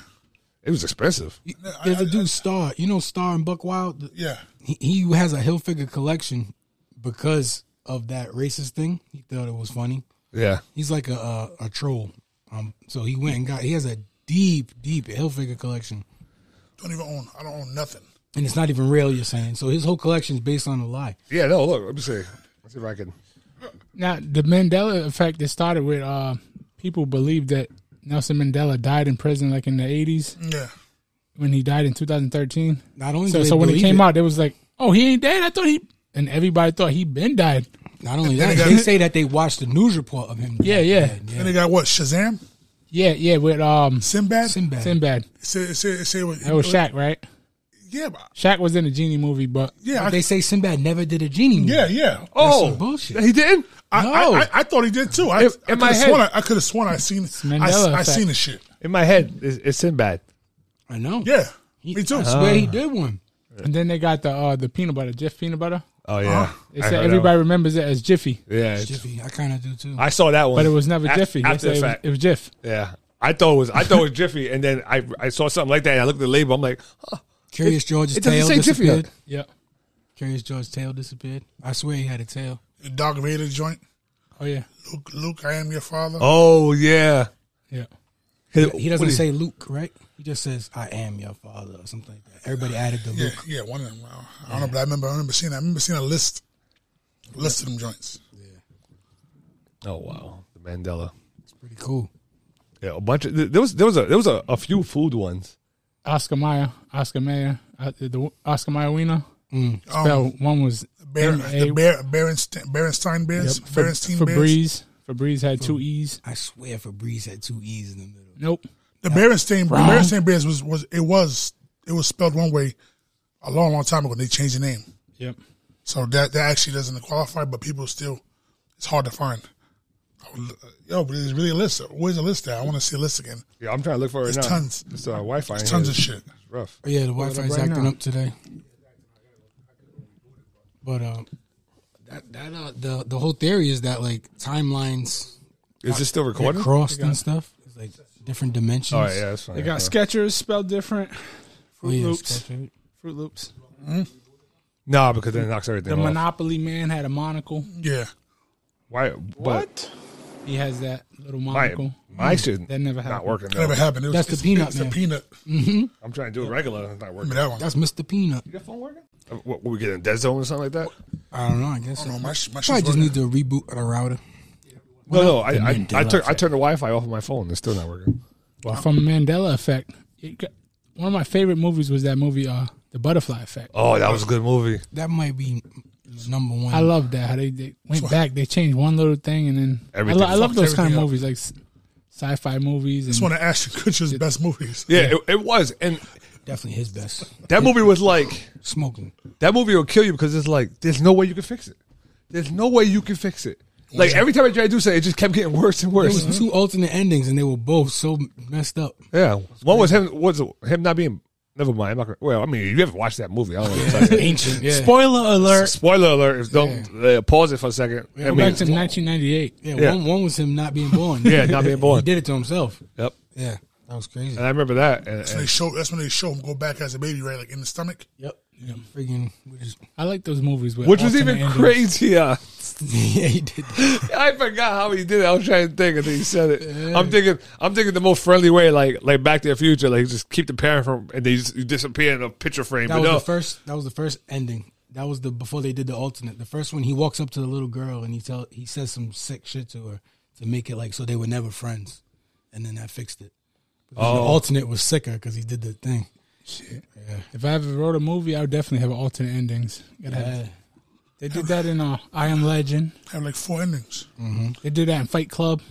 Speaker 1: It was expensive.
Speaker 2: There's a dude Star. You know Star and Buck Wild.
Speaker 4: Yeah,
Speaker 2: He, he has a Hill figure collection because of that racist thing. He thought it was funny.
Speaker 1: Yeah.
Speaker 2: He's like a a, a troll. Um, so he went and got. He has a deep, deep Hill figure collection,
Speaker 4: don't even own. I don't own nothing.
Speaker 2: and it's not even real. You're saying so his whole collection is based on a lie.
Speaker 1: Yeah, no, look, let me see. Let's see if I can.
Speaker 3: Now, the Mandela effect, it started with uh, people believed that Nelson Mandela died in prison like in the 80s
Speaker 4: Yeah,
Speaker 3: when he died in 2013.
Speaker 2: Not only do
Speaker 3: So,
Speaker 2: they
Speaker 3: so when it
Speaker 2: believe
Speaker 3: came
Speaker 2: it,
Speaker 3: out, it was like, oh, he ain't dead. I thought he, and everybody thought he been died.
Speaker 2: not only
Speaker 4: Then
Speaker 2: that,
Speaker 4: they got-
Speaker 2: they say that they watched the news report of him.
Speaker 3: Yeah, yeah,
Speaker 4: and they got what Shazam,
Speaker 3: yeah, yeah. With um,
Speaker 4: Sinbad.
Speaker 2: Sinbad.
Speaker 3: Sinbad.
Speaker 4: It said, it said, it said, what-
Speaker 3: That was Shaq, right?
Speaker 4: Yeah, but-
Speaker 3: Shaq was in the Genie movie, but
Speaker 4: yeah, I,
Speaker 2: They say Sinbad never did a genie. Movie.
Speaker 4: yeah, yeah.
Speaker 1: Oh,
Speaker 2: some bullshit.
Speaker 1: He didn't.
Speaker 4: I,
Speaker 1: No.
Speaker 4: I, I, I thought he did too. I,
Speaker 1: In-
Speaker 4: I
Speaker 1: in my
Speaker 4: coulda
Speaker 1: head.
Speaker 4: sworn I, I could have sworn I seen. I,
Speaker 3: Mandela
Speaker 4: I
Speaker 3: effect.
Speaker 4: seen the shit.
Speaker 1: In my head, it's, it's Sinbad.
Speaker 2: I know.
Speaker 4: Yeah,
Speaker 2: He- uh-huh.
Speaker 4: me too.
Speaker 2: I swear
Speaker 1: Uh-huh.
Speaker 2: he did one.
Speaker 3: and then they got the uh, the peanut butter, Jif peanut butter.
Speaker 1: Oh yeah.
Speaker 3: They said everybody remembers it as Jiffy,
Speaker 1: Yeah, it's-
Speaker 2: Jiffy, I kind of do too.
Speaker 1: I saw that one,
Speaker 3: but it was never
Speaker 1: A-
Speaker 3: Jiffy. They
Speaker 1: After
Speaker 3: said
Speaker 1: the
Speaker 3: it, was,
Speaker 1: fact,
Speaker 3: it was Jif.
Speaker 1: yeah. I thought it was I thought it was Jiffy, and then I I saw something like that. and I looked at the label. I'm like, huh,
Speaker 2: Curious George's
Speaker 1: it doesn't
Speaker 2: tail
Speaker 1: say Jiffy on
Speaker 2: disappeared.
Speaker 1: it.
Speaker 3: Yeah.
Speaker 2: Curious George's tail disappeared. I swear he had a tail.
Speaker 4: The Dog Vader joint.
Speaker 3: Oh yeah.
Speaker 4: Luke, Luke, I am your father.
Speaker 1: oh yeah.
Speaker 3: Yeah.
Speaker 2: He
Speaker 1: What
Speaker 2: doesn't
Speaker 1: is-
Speaker 2: say Luke, right? He just says, "I am your father" or something like that. Everybody added the
Speaker 4: Yeah,
Speaker 2: Luke.
Speaker 4: yeah, one of them. I don't know, but I remember. I remember seeing. I remember seeing a list, a list of them joints.
Speaker 1: Oh wow, the Mandela.
Speaker 2: Pretty cool.
Speaker 1: Yeah, a bunch of there was there was a there was a, a few food ones.
Speaker 3: Oscar Mayer, Oscar Mayer, uh, the Oscar Mayer Wiener.
Speaker 2: Mm.
Speaker 4: Um,
Speaker 3: Well,
Speaker 2: Oh.
Speaker 3: one was
Speaker 4: Bear,
Speaker 3: M.A.
Speaker 4: the Bear, Berenstein, Berenstein Bears,
Speaker 3: Yep.
Speaker 4: Berenstein Bears.
Speaker 3: Febreze. Febreze had two E's.
Speaker 2: I swear, Febreze had two E's in the middle.
Speaker 3: Nope.
Speaker 4: The Berenstein, the Berenstein Bears was was it was it was spelled one way a long, long time ago. and They changed the name,
Speaker 3: Yep.
Speaker 4: so that that actually doesn't qualify. But people still, it's hard to find. I would, l- yo, but there's really a list. Where's the list at? I want to see a list again.
Speaker 1: Yeah, I'm trying to look for it right
Speaker 4: There's
Speaker 1: now.
Speaker 4: tons.
Speaker 1: It's uh, Wi-Fi. in
Speaker 4: Tons
Speaker 1: here.
Speaker 4: of shit.
Speaker 1: It's rough.
Speaker 2: Oh, yeah, the Wi-Fi's
Speaker 3: right
Speaker 2: acting
Speaker 3: now.
Speaker 2: up today. But um, that that uh, the the whole theory is that like timelines
Speaker 1: Is this still
Speaker 2: get
Speaker 1: recording?
Speaker 2: crossed and stuff. It's like different dimensions.
Speaker 1: All right, yeah, that's fine.
Speaker 3: They got
Speaker 1: Uh,
Speaker 3: Skechers spelled different.
Speaker 2: Oh,
Speaker 3: Fruit
Speaker 2: yeah,
Speaker 3: Loops.
Speaker 2: it's got-
Speaker 3: Fruit Loops.
Speaker 1: nah, because
Speaker 2: Oh.
Speaker 1: then it knocks everything
Speaker 3: The
Speaker 1: off.
Speaker 3: Monopoly Man had a monocle.
Speaker 4: Yeah,
Speaker 1: Why? But
Speaker 3: He has that little
Speaker 1: My,
Speaker 3: monocle.
Speaker 1: my shit
Speaker 3: Mm. That never
Speaker 1: not
Speaker 3: happened.
Speaker 1: working.
Speaker 4: That never
Speaker 1: Though.
Speaker 4: happened. It was,
Speaker 2: That's the
Speaker 4: it's-
Speaker 2: peanut
Speaker 4: It's the
Speaker 2: man.
Speaker 4: peanut.
Speaker 1: I'm trying to do it regular. It's not working.
Speaker 4: Remember that one?
Speaker 2: That's Mr. Peanut.
Speaker 1: Your phone working? Uh, What, were we getting dead zone or something like that?
Speaker 2: I don't know. I guess.
Speaker 4: I don't know.
Speaker 2: so.
Speaker 4: My, sh- my
Speaker 2: Probably
Speaker 4: shit's
Speaker 2: just
Speaker 4: Oh, working.
Speaker 2: need to reboot the router.
Speaker 1: No, no. I I, I,
Speaker 6: Mandela
Speaker 1: tur- I
Speaker 6: effect.
Speaker 1: turned the Wi-Fi off of my phone. It's still not working.
Speaker 3: Well, from Mandela Effect. It got, one of my favorite movies was that movie, uh, The Butterfly Effect.
Speaker 2: Mm.
Speaker 1: Oh, that was a good movie.
Speaker 2: That might be number one.
Speaker 3: I love that how they, they went back. They changed one little thing and then I,
Speaker 1: Everything
Speaker 3: lo- I love
Speaker 4: fucked
Speaker 3: those kind
Speaker 4: everything
Speaker 3: of
Speaker 4: up.
Speaker 3: movies, like s- sci-fi movies.
Speaker 4: It's
Speaker 3: And
Speaker 4: one of Ashton Kutcher's best movies.
Speaker 1: Yeah, It, it was, and
Speaker 2: Definitely his best.
Speaker 1: that movie was like
Speaker 2: Smoking.
Speaker 1: that movie will kill you because it's like there's no way you can fix it. There's no way you can fix it. Like every time I tried to do something, it just kept getting worse and
Speaker 2: There
Speaker 1: worse.
Speaker 2: was two alternate endings, and they were both so messed up.
Speaker 1: Yeah, one was him was him not being. Never mind. I'm not gonna, well, I mean, you haven't watched that movie. I don't know. It's like-
Speaker 2: Ancient. Yeah.
Speaker 3: spoiler alert.
Speaker 1: Spoiler alert! If don't uh, pause it for a second. I
Speaker 3: Go
Speaker 1: mean,
Speaker 3: back to 1998.
Speaker 2: yeah,
Speaker 1: yeah.
Speaker 2: One, one was him not being born.
Speaker 1: Yeah, not being born.
Speaker 2: He did it to himself.
Speaker 1: yep.
Speaker 2: Yeah, that was crazy.
Speaker 1: And I remember that. And,
Speaker 4: They
Speaker 1: and
Speaker 4: show that's when they show him go back as a baby, right? Like in the stomach.
Speaker 2: Yep. Freaking. we just-
Speaker 3: I like those movies, with
Speaker 1: which was
Speaker 3: alternate
Speaker 1: even
Speaker 3: endings.
Speaker 1: crazier.
Speaker 2: yeah, he did.
Speaker 1: I forgot how he did it. I was trying to think, and then he said it. I'm thinking, I'm thinking the most friendly way, like like Back to the Future, like just keep the parent from, and they just disappear in a picture frame.
Speaker 2: That
Speaker 1: but
Speaker 2: was
Speaker 1: no,
Speaker 2: the first. That was the first ending. That was the before they did the alternate. The first one, he walks up to the little girl and he tell he says some sick shit to her to make it like so they were never friends, and then that fixed it. Oh. The alternate was sicker because he did the thing.
Speaker 3: If I ever wrote a movie, I would definitely have alternate endings. Gotta have-
Speaker 2: Yeah.
Speaker 3: They did that in uh, I Am Legend.
Speaker 4: Have like four endings.
Speaker 3: They did that in Fight Club.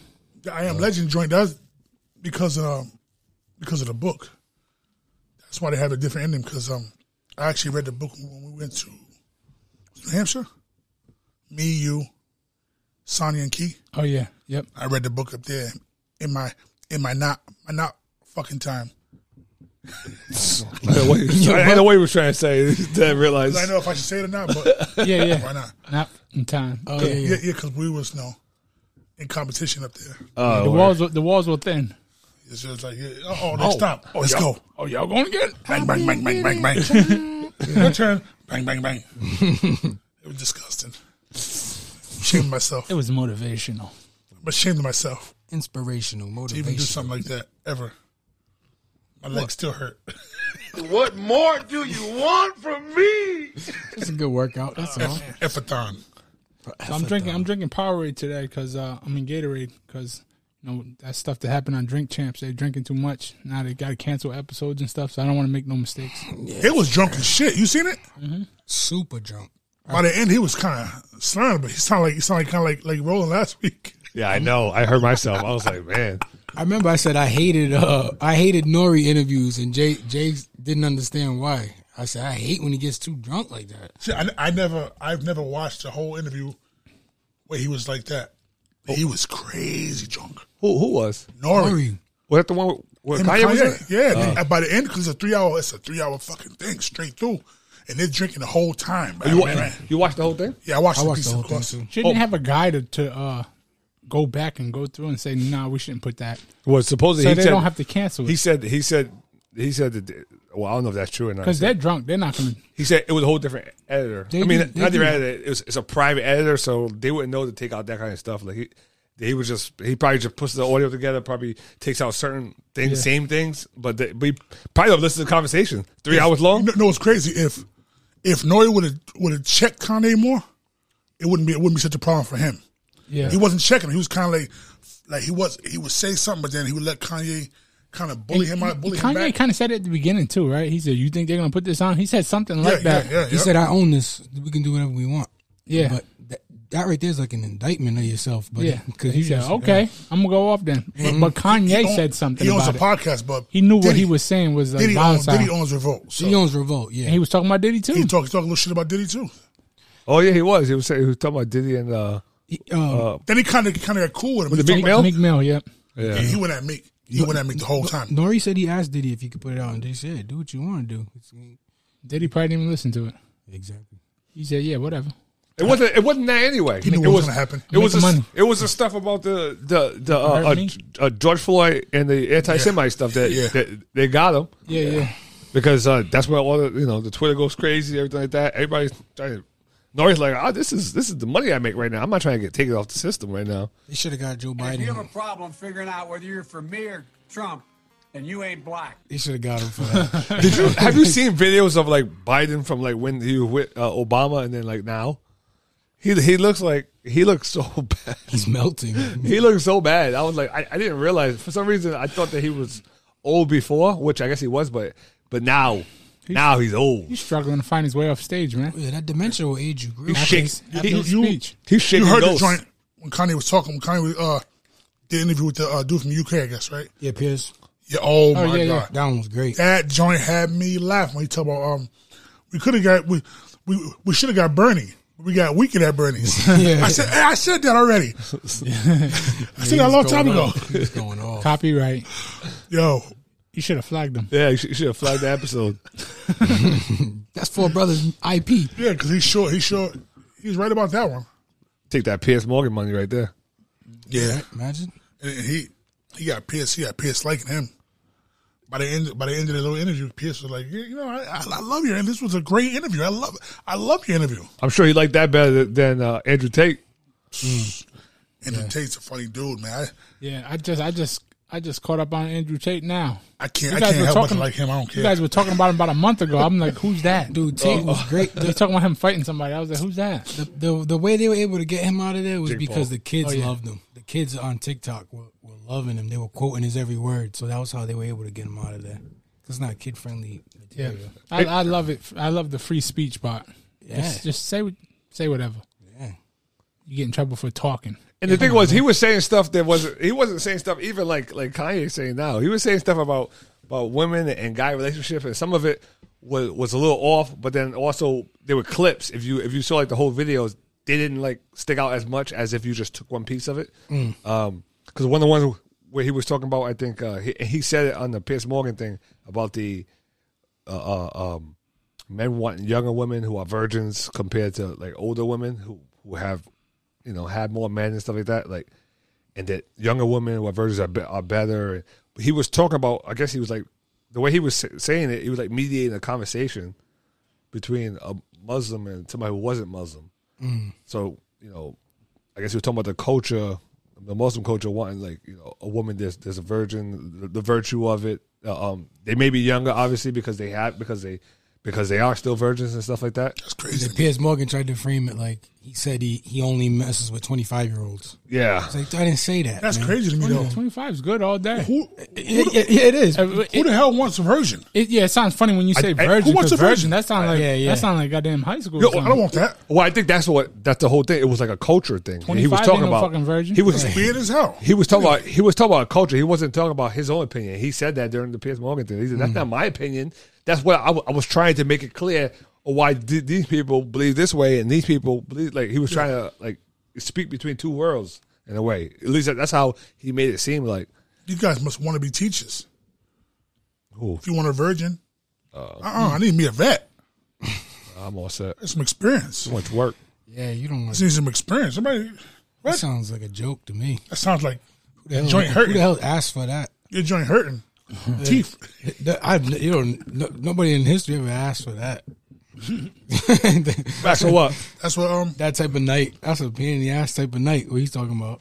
Speaker 4: The I Am Legend joint that's because um because of the book. That's why they have a different ending because um I actually read the book when we went to New Hampshire. Me, you, Sonia, and Key.
Speaker 3: Oh yeah, yep.
Speaker 4: I read the book up there in my in my not my not fucking time.
Speaker 1: I, don't know what he- I don't know what he was trying to say. Didn't realize.
Speaker 4: 'Cause I know if I should say it or not, but
Speaker 3: Yeah,
Speaker 4: why
Speaker 3: yeah.
Speaker 4: not?
Speaker 3: Not in time.
Speaker 2: Oh yeah,
Speaker 4: Yeah,
Speaker 2: yeah.
Speaker 4: yeah, because we was no in competition up there.
Speaker 1: Oh,
Speaker 3: the
Speaker 1: word.
Speaker 3: walls, were, the walls were thin.
Speaker 4: It's just like, yeah, oh, oh, they stop. Oh, let's go.
Speaker 3: Oh, y'all going again?
Speaker 4: Bang, bang, bang, bang, bang, bang. Your turn. Bang, bang, bang. it was disgusting. Shamed myself.
Speaker 3: It was motivational.
Speaker 4: I'm ashamed of myself
Speaker 2: Inspirational,
Speaker 4: to even do
Speaker 2: motivation.
Speaker 4: something like that ever. My legs still hurt.
Speaker 7: What more do you want from me?
Speaker 2: That's a good workout. That's all.
Speaker 4: Effathon.
Speaker 3: So I'm drinking. I'm drinking Powerade today because uh, I mean Gatorade because you know that stuff that happened on Drink Champs. They're drinking too much. Now they got to cancel episodes and stuff. So I don't want to make no mistakes.
Speaker 4: It was drunk as shit. You seen it?
Speaker 2: Super drunk.
Speaker 4: By the end, he was kind of slurring, but he sounded like he sounded kind of like like rolling last week.
Speaker 1: Yeah, I know. I heard myself. I was like, man.
Speaker 2: I remember I said I hated uh I hated Nori interviews and Jay Jay didn't understand why. I said I hate when he gets too drunk like that.
Speaker 4: See, I, I never, I've never watched a whole interview where he was like that. He was crazy drunk.
Speaker 1: Who who was?
Speaker 4: Oh. Nori.
Speaker 2: Nori,
Speaker 1: Was that the one? Where
Speaker 4: Him and
Speaker 1: Kanye was in it?
Speaker 4: Yeah, they- and by the end, because it's a three hour, it's a three hour fucking thing straight through, and they're drinking the whole time.
Speaker 1: You,
Speaker 4: Man,
Speaker 1: wa-
Speaker 4: man.
Speaker 1: you watched the whole thing?
Speaker 4: Yeah, I watched,
Speaker 2: I
Speaker 4: the
Speaker 2: watched
Speaker 4: piece
Speaker 2: the whole
Speaker 4: of
Speaker 2: thing
Speaker 4: course.
Speaker 2: too.
Speaker 3: Shouldn't have a guy to, to uh, go back and go through and say, nah, we shouldn't put that.
Speaker 1: Well, supposedly
Speaker 3: So
Speaker 1: he
Speaker 3: they
Speaker 1: said,
Speaker 3: don't have to cancel
Speaker 1: He
Speaker 3: it
Speaker 1: said he said he said that. Well, I don't know if that's true or not.
Speaker 3: because they're drunk. They're not going to.
Speaker 1: He said it was a whole different editor.
Speaker 2: They
Speaker 1: I mean,
Speaker 2: do- they
Speaker 1: not
Speaker 2: do.
Speaker 1: different editor. It was, it's a private editor, so they wouldn't know to take out that kind of stuff. Like he, he was just he probably just puts the audio together. Probably takes out certain things, same things, but they, we probably don't listen to the conversation three hours long.
Speaker 4: You know, know what's crazy? If if Nori would have would have checked Kanye more, it wouldn't be it wouldn't be such a problem for him.
Speaker 3: Yeah.
Speaker 4: He wasn't checking. He was kind of like like he was he would say something, but then he would let Kanye kind of bully him out, bully him
Speaker 3: Kanye
Speaker 4: back.
Speaker 3: kind of said it at the beginning too, right? He said, "You think they're going to put this on?" He said something
Speaker 4: yeah,
Speaker 3: like
Speaker 4: yeah,
Speaker 3: that.
Speaker 4: yeah,
Speaker 2: he
Speaker 4: yeah.
Speaker 2: said I own this. We can do whatever we want.
Speaker 3: Yeah.
Speaker 2: but that, that right there is like an indictment of yourself. But
Speaker 3: Yeah,
Speaker 2: because
Speaker 3: he said, "Okay, I'm gonna go off then."
Speaker 2: Mm-hmm.
Speaker 3: But, but Kanye
Speaker 4: own-
Speaker 3: said something
Speaker 4: He owns
Speaker 3: about
Speaker 4: a
Speaker 3: it.
Speaker 4: podcast, but
Speaker 3: He knew what
Speaker 4: Diddy-
Speaker 3: he was saying was like
Speaker 4: Diddy owns,
Speaker 3: volatile.
Speaker 4: Diddy owns Revolt. So
Speaker 2: he owns Revolt. Yeah,
Speaker 3: and he was talking about Diddy too.
Speaker 4: he talked talk a little shit about Diddy too.
Speaker 1: Oh yeah, he was. He was saying he was talking about Diddy and uh,
Speaker 2: He, uh,
Speaker 4: Then he kind of kind of got cool with him.
Speaker 1: Oh. the
Speaker 4: He was
Speaker 1: Meek
Speaker 4: talking about-
Speaker 1: Mill.
Speaker 3: Meek Mill, yep.
Speaker 1: Yeah.
Speaker 4: Yeah, he went at Meek. He went at Meek the whole time.
Speaker 2: Nori said he asked Diddy if he could put it out, and Diddy said, "Do what you want to do." It's-
Speaker 3: Diddy probably didn't even listen to it.
Speaker 2: exactly.
Speaker 3: He said, "Yeah, whatever."
Speaker 1: It wasn't. It wasn't that anyway.
Speaker 4: He knew
Speaker 1: it
Speaker 4: what was gonna happen.
Speaker 1: It was.
Speaker 3: Make
Speaker 1: the-
Speaker 3: money.
Speaker 1: It was the stuff about the the the uh,
Speaker 3: Hurt
Speaker 1: uh,
Speaker 3: me?
Speaker 1: uh, George Floyd and the anti-Semite stuff that,
Speaker 4: Yeah.
Speaker 1: that they got him.
Speaker 3: Yeah, yeah.
Speaker 1: because uh, that's where all the you know the Twitter goes crazy, everything like that. Everybody's trying to Nori's like, oh, this is this is the money I make right now. I'm not trying to get take it off the system right now.
Speaker 2: They should have got Joe
Speaker 6: If you have a
Speaker 2: Biden.
Speaker 6: problem figuring out whether you're for me or Trump, then you ain't black.
Speaker 2: They should have got him for that.
Speaker 1: Did you have you seen videos of like Biden from like when he was with uh, Obama and then like now? He he looks like he looks so bad.
Speaker 2: He's melting.
Speaker 1: He looks so bad. I was like, I, I didn't realize for some reason I thought that he was old before, which I guess he was, but but now now he's old.
Speaker 3: He's struggling to find his way off stage, man.
Speaker 2: Yeah, that dementia will age you. Great.
Speaker 1: He shakes.
Speaker 3: after
Speaker 1: He,
Speaker 3: his
Speaker 1: you-
Speaker 3: speech.
Speaker 1: he shaking
Speaker 4: You heard the
Speaker 1: ghosts.
Speaker 4: joint when Kanye was talking. When Kanye was, uh, did an interview with the uh, dude from UK, I guess, right?
Speaker 2: Yeah, Pierce.
Speaker 4: Yeah. Oh, my
Speaker 3: yeah, yeah.
Speaker 4: god,
Speaker 2: That one was great.
Speaker 4: that joint had me laughing. When he talk about um, we could have got we we we should have got Bernie. We got weaker at Bernie's.
Speaker 2: Yeah.
Speaker 4: I said hey, I said that already. I said that a long time ago.
Speaker 2: He's going off.
Speaker 3: Copyright.
Speaker 4: Yo,
Speaker 3: You should have flagged him.
Speaker 1: Yeah, you should, you should have flagged the episode.
Speaker 2: That's Four Brothers IP.
Speaker 4: yeah, because he's short. He's short. He was right about that one.
Speaker 1: Take that Pierce Morgan money right there.
Speaker 4: Yeah,
Speaker 2: Imagine.
Speaker 4: and he he got pissed. He got pissed liking him. By the end, by the end of the little interview, Pierce was like, "Yeah, "You know, I, I- I love you, and this was a great interview. I love, I love your interview."
Speaker 1: I'm sure he liked that better than uh, Andrew Tate.
Speaker 4: And Tate's a funny dude, man.
Speaker 3: Yeah, I just, I just, I just caught up on Andrew Tate now.
Speaker 4: I, I can't,
Speaker 3: You
Speaker 4: I
Speaker 3: guys
Speaker 4: can't
Speaker 3: were
Speaker 4: help
Speaker 3: talking-
Speaker 4: but to like him. I don't
Speaker 3: You
Speaker 4: care.
Speaker 3: guys were talking about him about a month ago. I'm like, who's that? Dude,
Speaker 2: Dude, Tate was great.
Speaker 3: they're talking about him fighting somebody. I was like, who's that?
Speaker 2: The, the the way they were able to get him out of there was
Speaker 1: Jake
Speaker 2: because
Speaker 1: Paul.
Speaker 2: the kids
Speaker 3: Oh, yeah.
Speaker 2: loved him. The kids on TikTok were, were loving him. They were quoting his every word. So that was how they were able to get him out of there. It's not kid friendly.
Speaker 3: Yeah, I, I love it. I love the free speech part.
Speaker 2: Yeah.
Speaker 3: Just, just say, what- say whatever.
Speaker 2: Yeah.
Speaker 3: You get in trouble for talking.
Speaker 1: And the thing was, he was saying stuff that wasn't. He wasn't saying stuff even like like Kanye saying now. He was saying stuff about about women and guy relationship, and some of it was was a little off. But then also there were clips. If you if you saw like the whole videos, they didn't like stick out as much as if you just took one piece of it. Um 'cause because one of the ones where he was talking about, I think uh, he he said it on the Pierce Morgan thing about the uh, uh, um, men wanting younger women who are virgins compared to like older women who who have you know had more men and stuff like that. Like, and that younger women who are virgins are, be- are better. And he was talking about. I guess he was like the way he was sa- saying it. He was like mediating a conversation between a Muslim and somebody who wasn't Muslim. So you know, I guess he was talking about the culture, the Muslim culture wanting like you know a woman that's that's a virgin, the, the virtue of it. Uh, um, they may be younger, obviously, because they have because they because they are still virgins and stuff like that.
Speaker 4: That's crazy.
Speaker 2: Piers Morgan tried to frame it like he said he, he only messes with 25 year olds.
Speaker 1: Yeah,
Speaker 2: It's like, I didn't say that.
Speaker 4: That's
Speaker 2: man.
Speaker 4: crazy to me, though.
Speaker 3: Twenty five is good all day.
Speaker 4: Who,
Speaker 2: Yeah, yeah, yeah, it is.
Speaker 3: Uh,
Speaker 4: who
Speaker 3: it-
Speaker 4: the hell wants a virgin?
Speaker 3: It, yeah, it sounds funny when you say
Speaker 1: I-
Speaker 3: virgin.
Speaker 4: who wants
Speaker 3: 'cause
Speaker 4: a
Speaker 3: virgin?
Speaker 4: virgin?
Speaker 3: That sounds like
Speaker 2: Yeah, yeah.
Speaker 3: that sounds like goddamn high school.
Speaker 4: Yo,
Speaker 3: or
Speaker 4: I
Speaker 3: something.
Speaker 4: don't want that.
Speaker 1: Well, I think that's what that's the whole thing. It was like a culture thing. And He was
Speaker 3: 25
Speaker 1: talking
Speaker 3: ain't no
Speaker 1: about
Speaker 3: fucking virgin.
Speaker 1: He was
Speaker 4: Weird as hell.
Speaker 1: he was talking about he was talking about culture. He wasn't talking about his own opinion. He said that during the Piers Morgan thing. He said that's
Speaker 2: Mm.
Speaker 1: not my opinion. That's what I, w- I was trying to make it clear of why th- these people believe this way and these people believe like he was trying to like speak between two worlds in a way. At least that- that's how he made it seem like.
Speaker 4: You guys must want to be teachers.
Speaker 1: Who?
Speaker 4: If you want a virgin, uh, uh I need me a vet.
Speaker 1: I'm all set.
Speaker 4: That's some experience.
Speaker 1: Too much work.
Speaker 2: Yeah, you don't want
Speaker 4: Just need some experience. Somebody.
Speaker 2: That sounds like a joke to me.
Speaker 4: That sounds like
Speaker 2: Who the hell,
Speaker 4: Joint
Speaker 2: who
Speaker 4: hurting.
Speaker 2: the hell asked for that?
Speaker 4: your joint hurting. Teeth.
Speaker 2: That- I, you don't, no, nobody in history ever asked for that.
Speaker 1: Back to what?
Speaker 4: That's what um.
Speaker 2: that type of night. That's a pain in the ass type of night. What he's talking about?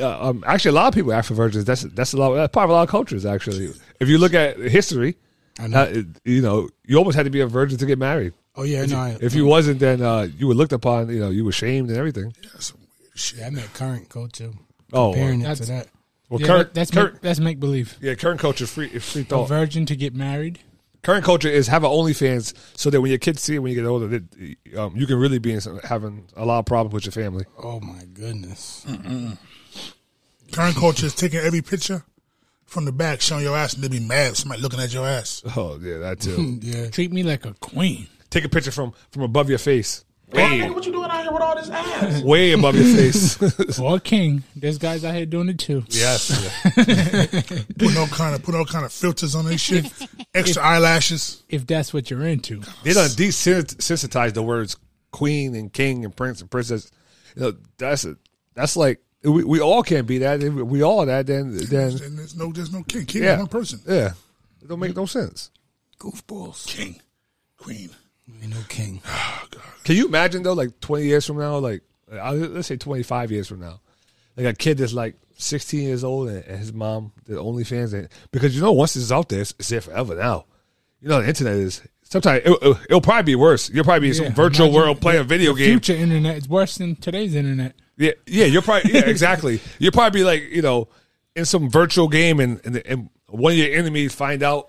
Speaker 1: uh, um, actually a lot of people act for virgins. That's that's a lot. That's part of a lot of cultures. Actually, if you look at history,
Speaker 2: I know.
Speaker 1: uh, it- you know you almost had to be a virgin to get married.
Speaker 2: Oh yeah, no. I,
Speaker 1: If you wasn't, then uh, you were looked upon. You know, you were shamed and everything.
Speaker 4: That's some weird shit.
Speaker 2: yeah, I meant current culture.
Speaker 1: Oh,
Speaker 2: Comparing it
Speaker 3: that's-
Speaker 2: to that.
Speaker 1: well,
Speaker 3: Yeah,
Speaker 1: current,
Speaker 3: that- that's
Speaker 1: current,
Speaker 3: make, that's make believe.
Speaker 1: yeah, current culture is free is free
Speaker 3: A
Speaker 1: thought.
Speaker 3: virgin to get married.
Speaker 1: current culture is have an OnlyFans so that when your kids see it when you get older, that um, you can really be in some, having a lot of problems with your family.
Speaker 2: Oh my goodness.
Speaker 4: Current culture is taking every picture from the back, showing your ass, and they be mad. Somebody looking at your ass.
Speaker 1: Oh yeah, that too.
Speaker 2: Yeah.
Speaker 3: Treat me like a queen.
Speaker 1: Take a picture from from above your face.
Speaker 7: Hey,
Speaker 1: Way,
Speaker 7: what you doing out here with all this ass?
Speaker 1: way above your face.
Speaker 3: or a king. There's guys out here doing it too.
Speaker 1: yes.
Speaker 4: Putting all kind of put all kind of filters on this shit. Extra eyelashes.
Speaker 3: If that's what you're into.
Speaker 1: they done desensitized the words queen and king and prince and princess. You know, that's a, that's like we, we all can't be that. If we all are that, then then
Speaker 4: And there's no there's no king. King is
Speaker 1: yeah,
Speaker 4: one person.
Speaker 1: Yeah, it don't make no sense.
Speaker 2: Goofballs.
Speaker 4: King, queen.
Speaker 2: Ain't no king.
Speaker 1: Can you imagine though, like twenty years from now, like I- let's say twenty five years from now, like a kid that's like sixteen years old and, and his mom, the OnlyFans, and, because you know once it's out there, it's, it's there forever now. You know the internet is sometimes it, will it'll probably be worse. You'll probably be in
Speaker 3: Yeah,
Speaker 1: some virtual
Speaker 3: imagine
Speaker 1: world playing a video game.
Speaker 3: Future internet is worse than today's internet.
Speaker 1: Yeah, yeah, you're probably yeah, exactly. You're probably like you know in some virtual game, and and, and one of your enemies find out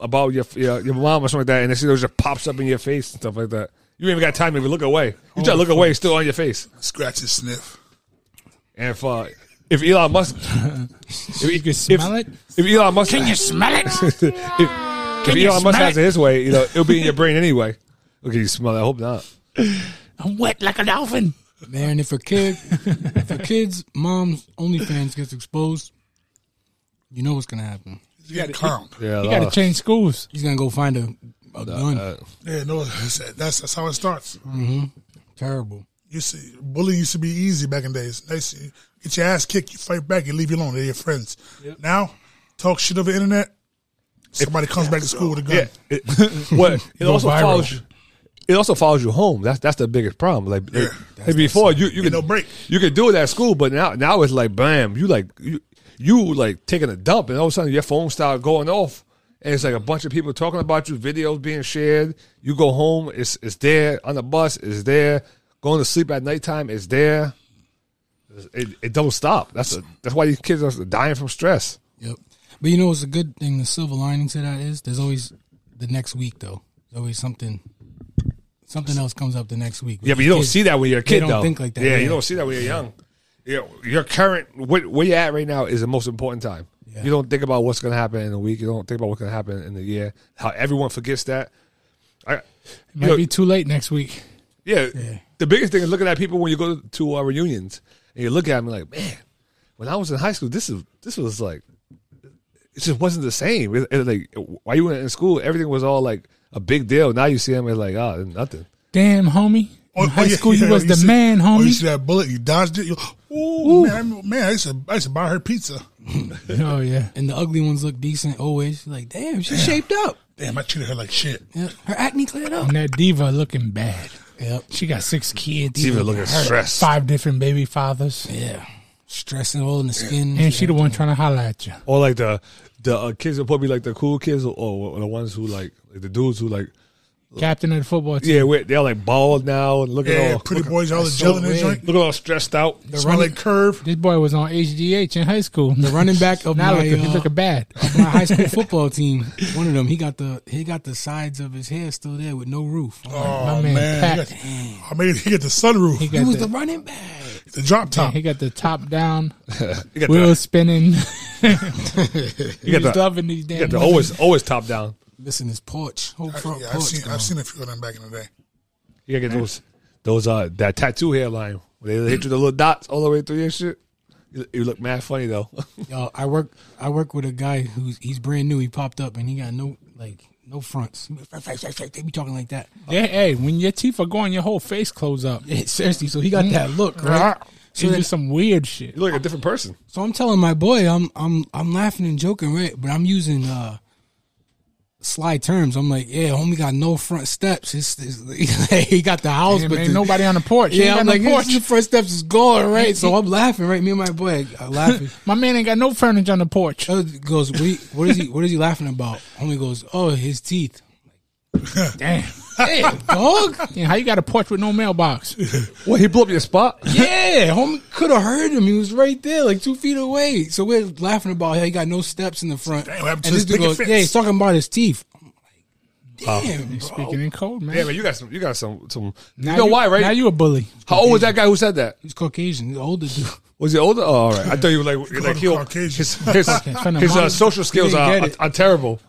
Speaker 1: about your, your your mom or something like that, and they see those just pops up in your face and stuff like that. You ain't even got time to even look away. You try to look away, it's still on your face.
Speaker 4: Scratch and sniff.
Speaker 1: And if uh, if Elon Musk, if,
Speaker 3: You can smell it.
Speaker 1: if Elon Musk,
Speaker 3: Can you smell it?
Speaker 1: if, if
Speaker 3: you
Speaker 1: Elon Musk
Speaker 3: smell
Speaker 1: has
Speaker 3: it?
Speaker 1: it his way, you know it'll be in your brain anyway. Okay, you smell. It. I hope not.
Speaker 3: I'm wet like a dolphin.
Speaker 2: Man, if a kid, if a kid's mom's OnlyFans gets exposed, you know what's gonna happen.
Speaker 4: You got clowned.
Speaker 1: Yeah, uh,
Speaker 3: You gotta change schools.
Speaker 2: He's gonna go find a, a gun.
Speaker 4: Yeah, no, that's that's, that's how it starts.
Speaker 2: Terrible.
Speaker 4: You see, bullying used to be easy back in days. They used to get your ass kicked, you fight back, you leave you alone. They're your friends. Now, talk shit over the internet. Somebody comes back to school with a gun.
Speaker 1: Yeah. It, what it also
Speaker 3: viral.
Speaker 1: follows you. It also follows you home. That's that's the biggest problem. Like, like, like before, you you could
Speaker 4: no break.
Speaker 1: You could do it at school, but now now it's like bam. You like you you like taking a dump, and all of a sudden your phone start going off, and it's like a bunch of people talking about you. Videos being shared. You go home. It's it's there on the bus. It's there. Going to sleep at nighttime. It's there. It, it don't stop. That's a, that's why these kids are dying from stress.
Speaker 2: Yep. But you know, it's a good thing. The silver lining to that is there's always the next week, though. There's always something, something else comes up the next week.
Speaker 1: Yeah, but you don't
Speaker 2: Kids-
Speaker 1: see that when you're a
Speaker 2: they
Speaker 1: kid,
Speaker 2: don't
Speaker 1: though.
Speaker 2: think like that,
Speaker 1: Yeah,
Speaker 2: yeah.
Speaker 1: you don't see that when you're young. Your, your current where, where you're at right now is the most important time.
Speaker 2: Yeah.
Speaker 1: You don't think about what's going to happen in a week. You don't think about what's going to happen in a year. How everyone forgets that. I,
Speaker 3: It might
Speaker 1: Look.
Speaker 3: be too late next week.
Speaker 1: yeah, the biggest thing is looking at people when you go to uh, reunions and you look at them like, man, when I was in high school, this is this was like, it just wasn't the same. It, it, like while you were in school, everything was all like a big deal. Now you see them, it's like, oh, nothing.
Speaker 3: Damn, homie.
Speaker 4: Oh,
Speaker 3: In
Speaker 4: oh,
Speaker 3: high
Speaker 4: yeah,
Speaker 3: school,
Speaker 4: yeah,
Speaker 3: you was the
Speaker 4: see-
Speaker 3: man,
Speaker 4: Oh, you
Speaker 3: homie.
Speaker 4: see that bullet? You dodged it. You, ooh, man, I, remember- man, I used to, I used to buy her pizza.
Speaker 3: Oh yeah.
Speaker 2: And the ugly ones look decent always. Like, damn, she's shaped up.
Speaker 4: Damn, I treated her like shit.
Speaker 2: Yeah, her acne cleared up.
Speaker 3: And that diva looking bad.
Speaker 2: Yep.
Speaker 3: She got six kids.
Speaker 1: Diva looking stressed.
Speaker 3: Five different baby fathers.
Speaker 2: Yeah. Stressing all in the skin.
Speaker 3: And she the one trying to holler at you.
Speaker 1: Or like the the uh, kids that probably like the cool kids, or, or the ones who like, like the dudes who like
Speaker 3: Captain of the football team.
Speaker 1: yeah, wait, they're like bald now and looking
Speaker 4: Yeah,
Speaker 1: all
Speaker 4: pretty
Speaker 1: looking,
Speaker 4: boys, all the gel in their
Speaker 2: weird.
Speaker 4: joint.
Speaker 1: looking all stressed out.
Speaker 4: Smell like curve.
Speaker 3: This boy was on HDH in high school.
Speaker 2: The running back of
Speaker 3: Now
Speaker 2: my,
Speaker 3: look,
Speaker 2: uh,
Speaker 3: he's looking bad.
Speaker 2: my high school football team, one of them, he got the he got the sides of his hair still there with no roof. I'm like,
Speaker 4: Oh,
Speaker 3: My man,
Speaker 4: man.
Speaker 3: Pat.
Speaker 4: You got- I made he get the sunroof,
Speaker 3: He
Speaker 2: he
Speaker 3: got,
Speaker 2: was
Speaker 3: the,
Speaker 2: the running back.
Speaker 4: the drop top.
Speaker 3: he got the top down,
Speaker 1: You got
Speaker 3: wheels
Speaker 1: the,
Speaker 3: spinning.
Speaker 1: you
Speaker 3: He's
Speaker 1: got the,
Speaker 3: loving these
Speaker 1: you got
Speaker 3: damn.
Speaker 1: the always always top down.
Speaker 2: Missing his porch. Whole front
Speaker 4: yeah, I've
Speaker 2: porch.
Speaker 4: seen,
Speaker 2: gone.
Speaker 4: I've seen a few of them back in the day.
Speaker 1: You gotta get those those uh that tattoo hairline. Where they hit you the little dots all the way through your shit. You, you look mad funny though.
Speaker 2: Yo, I work I work with a guy who's he's brand new. He popped up and he got no like no fronts. They be talking like that.
Speaker 3: Yeah, hey, when your teeth are going, your whole face close up. Mm.
Speaker 2: Yeah, seriously, so he got that look, right?
Speaker 3: So you do some weird shit.
Speaker 1: you look like a different person.
Speaker 2: So I'm telling my boy, I'm I'm I'm laughing and joking, right? But I'm using uh sly terms. I'm like, yeah, homie got no front steps. It's, it's- he got the house,
Speaker 3: Damn,
Speaker 2: but
Speaker 3: ain't
Speaker 2: the-
Speaker 3: nobody on the porch. Ain't
Speaker 2: Yeah,
Speaker 3: got
Speaker 2: I'm
Speaker 3: no
Speaker 2: like,
Speaker 3: porch.
Speaker 2: his front steps is gone, right? So I'm laughing, right? Me and my boy are laughing.
Speaker 3: My man ain't got no furniture on the porch.
Speaker 2: Other goes, what, he- what is he? What is he laughing about? Homie goes, oh, his teeth.
Speaker 3: Damn.
Speaker 2: Damn, dog.
Speaker 3: Yeah, how you got a porch with no mailbox?
Speaker 1: What he blew up your spot?
Speaker 2: Yeah, homie could have heard him. He was right there, like two feet away. So we're laughing about how he got no steps in the front.
Speaker 4: Damn, what happened to
Speaker 2: and
Speaker 4: his
Speaker 2: this dude
Speaker 4: picket
Speaker 2: goes,
Speaker 4: fence?
Speaker 2: yeah, he's talking about his teeth. I'm like, damn, bro.
Speaker 3: Speaking in code, man.
Speaker 1: Yeah, but you got some you got some some
Speaker 3: Now
Speaker 1: You know why, right?
Speaker 3: Now you a bully.
Speaker 1: How old was that guy who said that?
Speaker 2: He's Caucasian, he's older dude.
Speaker 1: Was he older? Oh, all right. I thought you were like, you're like he
Speaker 4: Caucasian.
Speaker 1: his his,
Speaker 3: Finna
Speaker 1: his uh,
Speaker 3: monitor-
Speaker 1: social skills
Speaker 3: didn't
Speaker 1: are,
Speaker 3: get
Speaker 1: are,
Speaker 3: it.
Speaker 1: are terrible.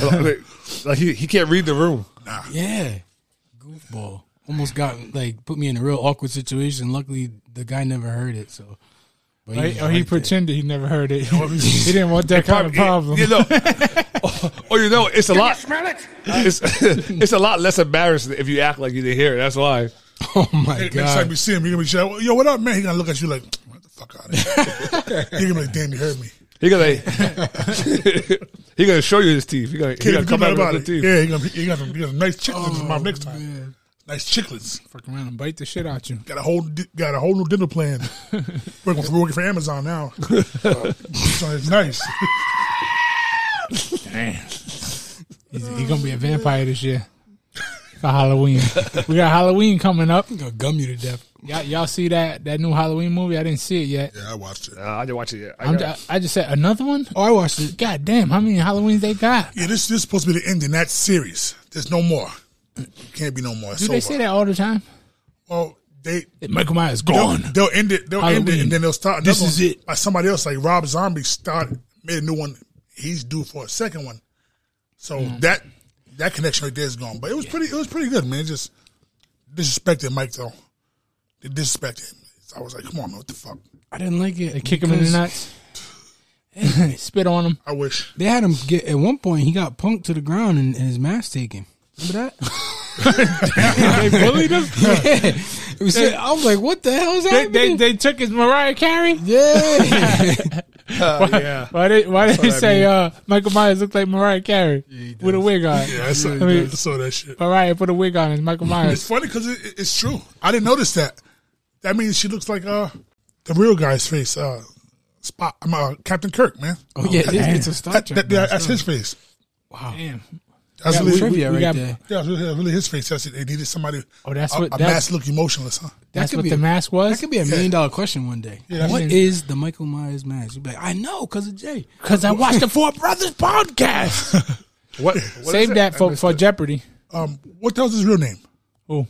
Speaker 1: like like, he, he can't read the room.
Speaker 2: Yeah, goofball. Almost got like put me in a real awkward situation. Luckily, the guy never heard it. So, but
Speaker 3: Right?
Speaker 2: was
Speaker 3: Or he
Speaker 2: right there.
Speaker 3: pretended he never heard it. he didn't want that kind of problem.
Speaker 1: You know, or, or Oh, you know, it's a lot. It's, it's a lot less embarrassing if you act like you didn't hear it. That's why.
Speaker 2: Oh my
Speaker 4: Next time
Speaker 2: god!
Speaker 4: you see him, you're gonna be shouting, "Yo, what up, man?" He gonna look at you like, "What the fuck out of here?" you're gonna be like, "Damn, you heard me."
Speaker 1: He gonna he gonna show you his teeth. He gonna, he
Speaker 4: Can't
Speaker 1: gonna
Speaker 4: do
Speaker 1: come
Speaker 4: nothing
Speaker 1: out
Speaker 4: about
Speaker 1: about
Speaker 4: it.
Speaker 1: his teeth.
Speaker 4: Yeah, you're gonna, you're gonna, you're gonna nice chicken oh, mom next time. nice chicklets.
Speaker 3: Fuck around and bite the shit out you.
Speaker 4: Got a whole di- got a whole new dinner plan. working, for, working for Amazon now. so it's nice.
Speaker 3: Damn. He's, he gonna be a vampire this year for Halloween. we got Halloween coming up.
Speaker 2: gonna gum you to death.
Speaker 3: Y'all, y'all see that that new Halloween movie? I didn't see it yet.
Speaker 4: Yeah, I watched it.
Speaker 1: Uh, I didn't watch it yet. I
Speaker 3: I'm,
Speaker 1: got-
Speaker 3: ju- I just said another one.
Speaker 2: Oh, I watched it.
Speaker 3: God damn! How many Halloweens they got?
Speaker 4: Yeah, this this is supposed to be the end in that series. There's no more. Can't be no more. It's
Speaker 3: Do they
Speaker 4: over.
Speaker 3: say that all the time?
Speaker 4: Well, they
Speaker 3: Michael Myers
Speaker 4: they'll, they'll end it. They'll end it,
Speaker 3: Halloween.
Speaker 4: and then they'll start. Another
Speaker 3: This is
Speaker 4: one
Speaker 3: it.
Speaker 4: By somebody else, like Rob Zombie, started made a new one. He's due for a second one. So
Speaker 3: Hmm.
Speaker 4: that that connection right there is gone. But it was pretty. It was pretty good, man. It just disrespected Mike though. They disrespected him. I was like, come on, man, what the fuck?
Speaker 2: I didn't like it.
Speaker 3: They kick him in the
Speaker 2: because
Speaker 3: nuts. Spit on him.
Speaker 4: I wish.
Speaker 2: They had him get at one point. He got punked to the ground and, and his mask taken. Remember that?
Speaker 3: they bullied him.
Speaker 2: yeah. It was- I was like, what the hell is
Speaker 3: They,
Speaker 2: happening?
Speaker 3: they, they took his Mariah Carey.
Speaker 2: yeah.
Speaker 1: Uh, yeah.
Speaker 3: Why they why they
Speaker 1: what I
Speaker 3: say
Speaker 1: mean.
Speaker 3: uh, Michael Myers looked like Mariah Carey with a wig on?
Speaker 4: Yeah, I saw,
Speaker 3: I mean- uh,
Speaker 4: I saw that shit.
Speaker 3: Mariah put a wig on as Michael
Speaker 4: It's
Speaker 3: Myers.
Speaker 4: funny because it, it- it's true. I didn't notice that. That means she looks like uh the real guy's face. Uh, Spot. I'm uh, Captain Kirk, man.
Speaker 2: Oh yeah, it is. It's a Star
Speaker 4: That,
Speaker 2: Trek.
Speaker 4: that,
Speaker 2: man.
Speaker 4: that, that's his face.
Speaker 3: Damn.
Speaker 4: That's
Speaker 3: Yeah,
Speaker 4: really,
Speaker 3: we-
Speaker 2: Trivia
Speaker 3: we
Speaker 2: right
Speaker 3: got-
Speaker 2: there.
Speaker 4: yeah, that's really, really his face. That's it. They needed somebody.
Speaker 3: Oh, that's
Speaker 4: a,
Speaker 3: what-
Speaker 4: a
Speaker 3: that's-
Speaker 4: mask look emotionless, huh?
Speaker 3: That's
Speaker 2: could
Speaker 3: what
Speaker 2: be
Speaker 3: the
Speaker 2: a-
Speaker 3: mask was.
Speaker 2: That could be a million dollar question one day.
Speaker 4: Yeah,
Speaker 2: what
Speaker 4: I
Speaker 3: mean-
Speaker 2: is the Michael Myers mask? You be like, I know, cause of Jay.
Speaker 3: Because I watched the Four Brothers podcast.
Speaker 1: What? what is
Speaker 3: Save
Speaker 1: it?
Speaker 3: that
Speaker 1: I
Speaker 3: for,
Speaker 1: missed
Speaker 3: for
Speaker 1: it.
Speaker 3: Jeopardy.
Speaker 4: Um, what the hell's his real name?
Speaker 3: Who?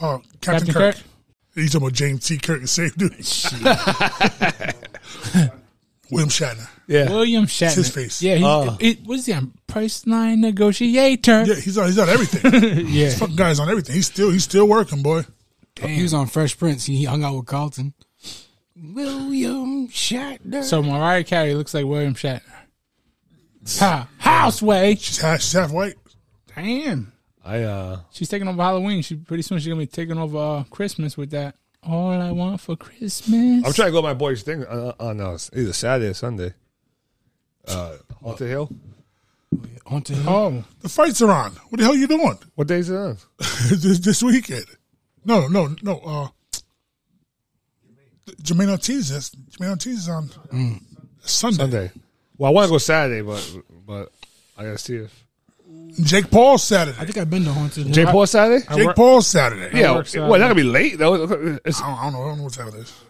Speaker 4: Uh, Captain,
Speaker 3: Captain
Speaker 4: Kirk.
Speaker 3: Kirk?
Speaker 4: He's talking about James T. Kirk, the same dude. William Shatner.
Speaker 1: Yeah.
Speaker 3: William Shatner.
Speaker 4: his face.
Speaker 3: Yeah, he's,
Speaker 1: Oh.
Speaker 3: it, what is he on? Priceline negotiator.
Speaker 4: Yeah, he's on. He's on everything.
Speaker 3: Yeah.
Speaker 4: Fucking guy's on everything. He's still. He's still working, boy.
Speaker 2: He was on Fresh Prince. He hung out with Carlton. William Shatner.
Speaker 3: So Mariah Carey looks like William Shatner. Ha. Houseway.
Speaker 4: She's half. She's half white.
Speaker 3: Damn.
Speaker 1: I uh.
Speaker 3: She's taking over Halloween. She pretty soon she's gonna be taking over uh, Christmas with that. All I want for Christmas.
Speaker 1: I'm trying to go to my boy's thing on, on uh, either Saturday or Sunday. Uh, Haunted Hill.
Speaker 2: Haunted Hill.
Speaker 3: Oh,
Speaker 4: The fights are on. What the hell you doing?
Speaker 1: What day is it on?
Speaker 4: this, this weekend. No, no, no. Uh, Jermaine Ortiz is Jermaine Ortiz is on Sunday.
Speaker 1: Sunday. Well, I want to go Saturday, but but I gotta see if
Speaker 4: Jake Paul Saturday.
Speaker 2: I think I've been to Haunted Hill.
Speaker 1: Jake Paul Saturday.
Speaker 4: Jake
Speaker 3: work-
Speaker 4: Paul Saturday.
Speaker 1: yeah.
Speaker 3: works
Speaker 1: Well, that gonna be late though. It's-
Speaker 4: I don't, I don't know. I don't know what time it is.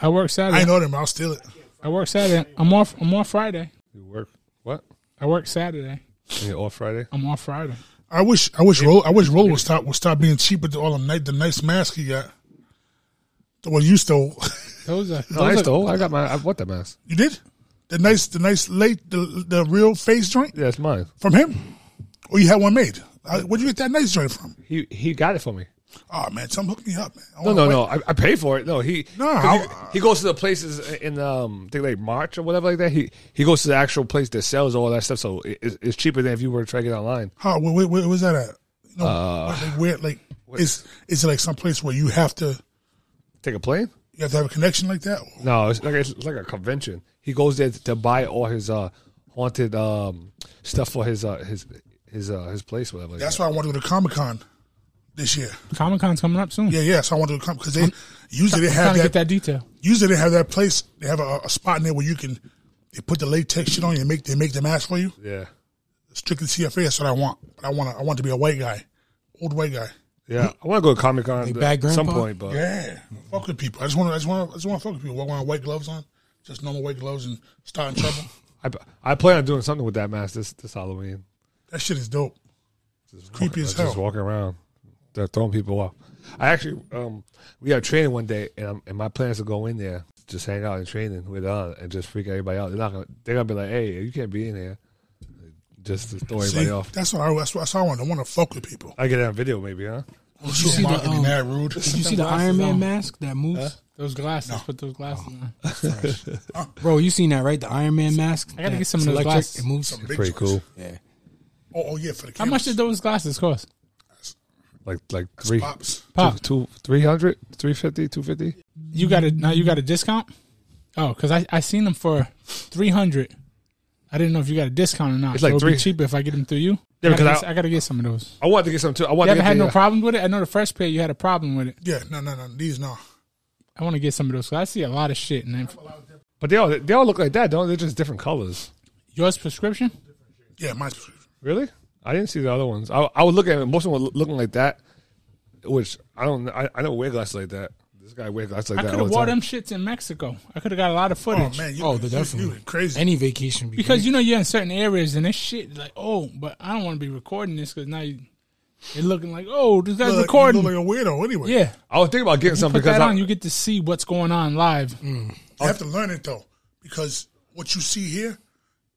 Speaker 3: I work
Speaker 4: I
Speaker 3: Saturday.
Speaker 4: ain't
Speaker 3: I,
Speaker 4: know them. I'll steal it.
Speaker 3: work Saturday. I'm off. I'm off Friday.
Speaker 1: you work what?
Speaker 3: I work Saturday.
Speaker 1: You're off Friday.
Speaker 3: I'm off Friday.
Speaker 4: I wish. I wish. Roll. I wish. Roll would stop. Would stop being cheap with all the night. The nice mask he got. The one you stole.
Speaker 3: Those are.
Speaker 1: No, I
Speaker 3: those are-
Speaker 1: stole. I got my. I bought that mask.
Speaker 4: you did. The nice. The nice late. The the real face joint
Speaker 1: Yeah, it's mine.
Speaker 4: from him. Or you had one made. I, where'd you get that nice joint from?
Speaker 1: He he got it for me.
Speaker 4: Oh man, tell him hook me up, man. I
Speaker 1: No,
Speaker 4: wanna
Speaker 1: no,
Speaker 4: wait.
Speaker 1: no. I, I pay for it. No, he
Speaker 4: No,
Speaker 1: 'cause
Speaker 4: I-
Speaker 1: he, he goes to the places in um, I think like March or whatever like that. He he goes to the actual place that sells all that stuff, so it, it's- it's cheaper than if you were to try to get online.
Speaker 4: How? Where, where, where was that at? No,
Speaker 3: Uh,
Speaker 4: like, where? Like, is is it like some place where you have to
Speaker 1: Take a plane?
Speaker 4: you have to have a connection like that?
Speaker 1: No, it's like it's like a convention. He goes there to buy all his uh, haunted um, stuff for his uh, his his uh, his place, whatever. like
Speaker 4: That's
Speaker 1: that.
Speaker 4: why I want to go to Comic Con this year.
Speaker 3: Comic Con's coming up soon.
Speaker 4: Yeah, yeah. So I want to go because they usually they
Speaker 3: I'm trying
Speaker 4: have
Speaker 3: to get
Speaker 4: that,
Speaker 3: that detail.
Speaker 4: Usually they have that place. They have a, a spot in there where you can they put the latex shit on you. And make they make the mask for you.
Speaker 1: yeah,
Speaker 4: Strictly CFA. That's what I want. But I want to I want to be a white guy, old white guy.
Speaker 1: yeah. I want to go to Comic Con
Speaker 2: Like
Speaker 1: at
Speaker 2: Bad
Speaker 1: some
Speaker 2: Grandpa?
Speaker 1: point, but
Speaker 4: Yeah, fuck with people. I just want to I just want to I just want to fuck with people. I want white gloves on, just normal white gloves, and start in trouble.
Speaker 1: I I plan on doing something with that mask this this Halloween.
Speaker 4: that shit is dope. It's creepy as
Speaker 1: I was
Speaker 4: hell.
Speaker 1: just walking around, they're throwing people off. I actually, um, we got training one day, and i and my plan is to go in there, just hang out and training with uh, and just freak everybody out. They're not gonna, they're gonna be like, hey, you can't be in here, just to throw
Speaker 4: See,
Speaker 1: everybody off.
Speaker 4: That's what I that's what that's how I want. I want to fuck with people.
Speaker 1: I get that video maybe, huh?
Speaker 4: I'm sure
Speaker 2: see
Speaker 4: Mark
Speaker 2: the,
Speaker 4: would be
Speaker 2: um,
Speaker 4: mad rude.
Speaker 2: Did you see the
Speaker 3: glasses
Speaker 2: Iron Man
Speaker 3: on.
Speaker 2: mask that moves?
Speaker 3: Those glasses. Put those glasses on.
Speaker 2: Bro, you seen that right? The Iron Man mask.
Speaker 3: I gotta
Speaker 2: that
Speaker 3: get some of
Speaker 2: it's
Speaker 3: those
Speaker 2: electric,
Speaker 3: glasses.
Speaker 2: It moves.
Speaker 4: Big
Speaker 1: Pretty
Speaker 4: joints.
Speaker 1: cool.
Speaker 2: Yeah.
Speaker 4: Oh, oh, yeah, for the
Speaker 3: How
Speaker 4: cameras.
Speaker 3: much did those glasses cost?
Speaker 1: Like like three,
Speaker 4: pops?
Speaker 3: Pop,
Speaker 1: two, three hundred, three fifty, two fifty.
Speaker 3: you got a now you got a discount. Oh, because I I seen them for three hundred. I didn't know if you got a discount or not.
Speaker 1: It's
Speaker 3: so
Speaker 1: like
Speaker 3: it'd
Speaker 1: three-
Speaker 3: be cheaper if I get them through you.
Speaker 1: Yeah,
Speaker 3: I, gotta
Speaker 1: because
Speaker 3: get,
Speaker 1: I,
Speaker 3: I gotta get some of those.
Speaker 1: I wanted to get some too. I wanted
Speaker 3: You
Speaker 1: to get
Speaker 3: haven't had
Speaker 1: the, uh,
Speaker 3: no problem with it. I know the first pair you had a problem with it.
Speaker 4: Yeah, no, no, no. These no.
Speaker 3: I want to get some of those. 'cause I see a lot of shit. And I-
Speaker 1: But they all they all look like that, don't they? They're just different colors.
Speaker 3: yours prescription?
Speaker 4: Yeah, my
Speaker 1: Really? I didn't see the other ones. I I would look at them. Most of them were looking like that, which I don't. I, I don't wear glasses like that. This guy wears glasses like
Speaker 3: I
Speaker 1: that.
Speaker 3: could
Speaker 1: all
Speaker 3: have
Speaker 1: the
Speaker 3: wore
Speaker 1: time.
Speaker 3: them shits in Mexico. I could have got a lot of
Speaker 4: Oh
Speaker 3: footage.
Speaker 4: man, you,
Speaker 2: Oh,
Speaker 4: you,
Speaker 2: they're
Speaker 4: you,
Speaker 2: definitely-
Speaker 4: crazy.
Speaker 2: Any vacation be
Speaker 4: Mm-hmm.
Speaker 3: Because
Speaker 2: great.
Speaker 3: you know you're in certain areas and this shit like oh, but I don't want to be recording this because now you, you're looking like oh this
Speaker 4: You
Speaker 3: guy's
Speaker 4: look like-
Speaker 3: recording.
Speaker 4: You look like a weirdo anyway.
Speaker 3: yeah,
Speaker 1: I was thinking about getting some
Speaker 3: put
Speaker 1: because
Speaker 3: that
Speaker 1: I,
Speaker 3: on. You get to see what's going on live.
Speaker 4: Mm. You have to learn it though, because what you see here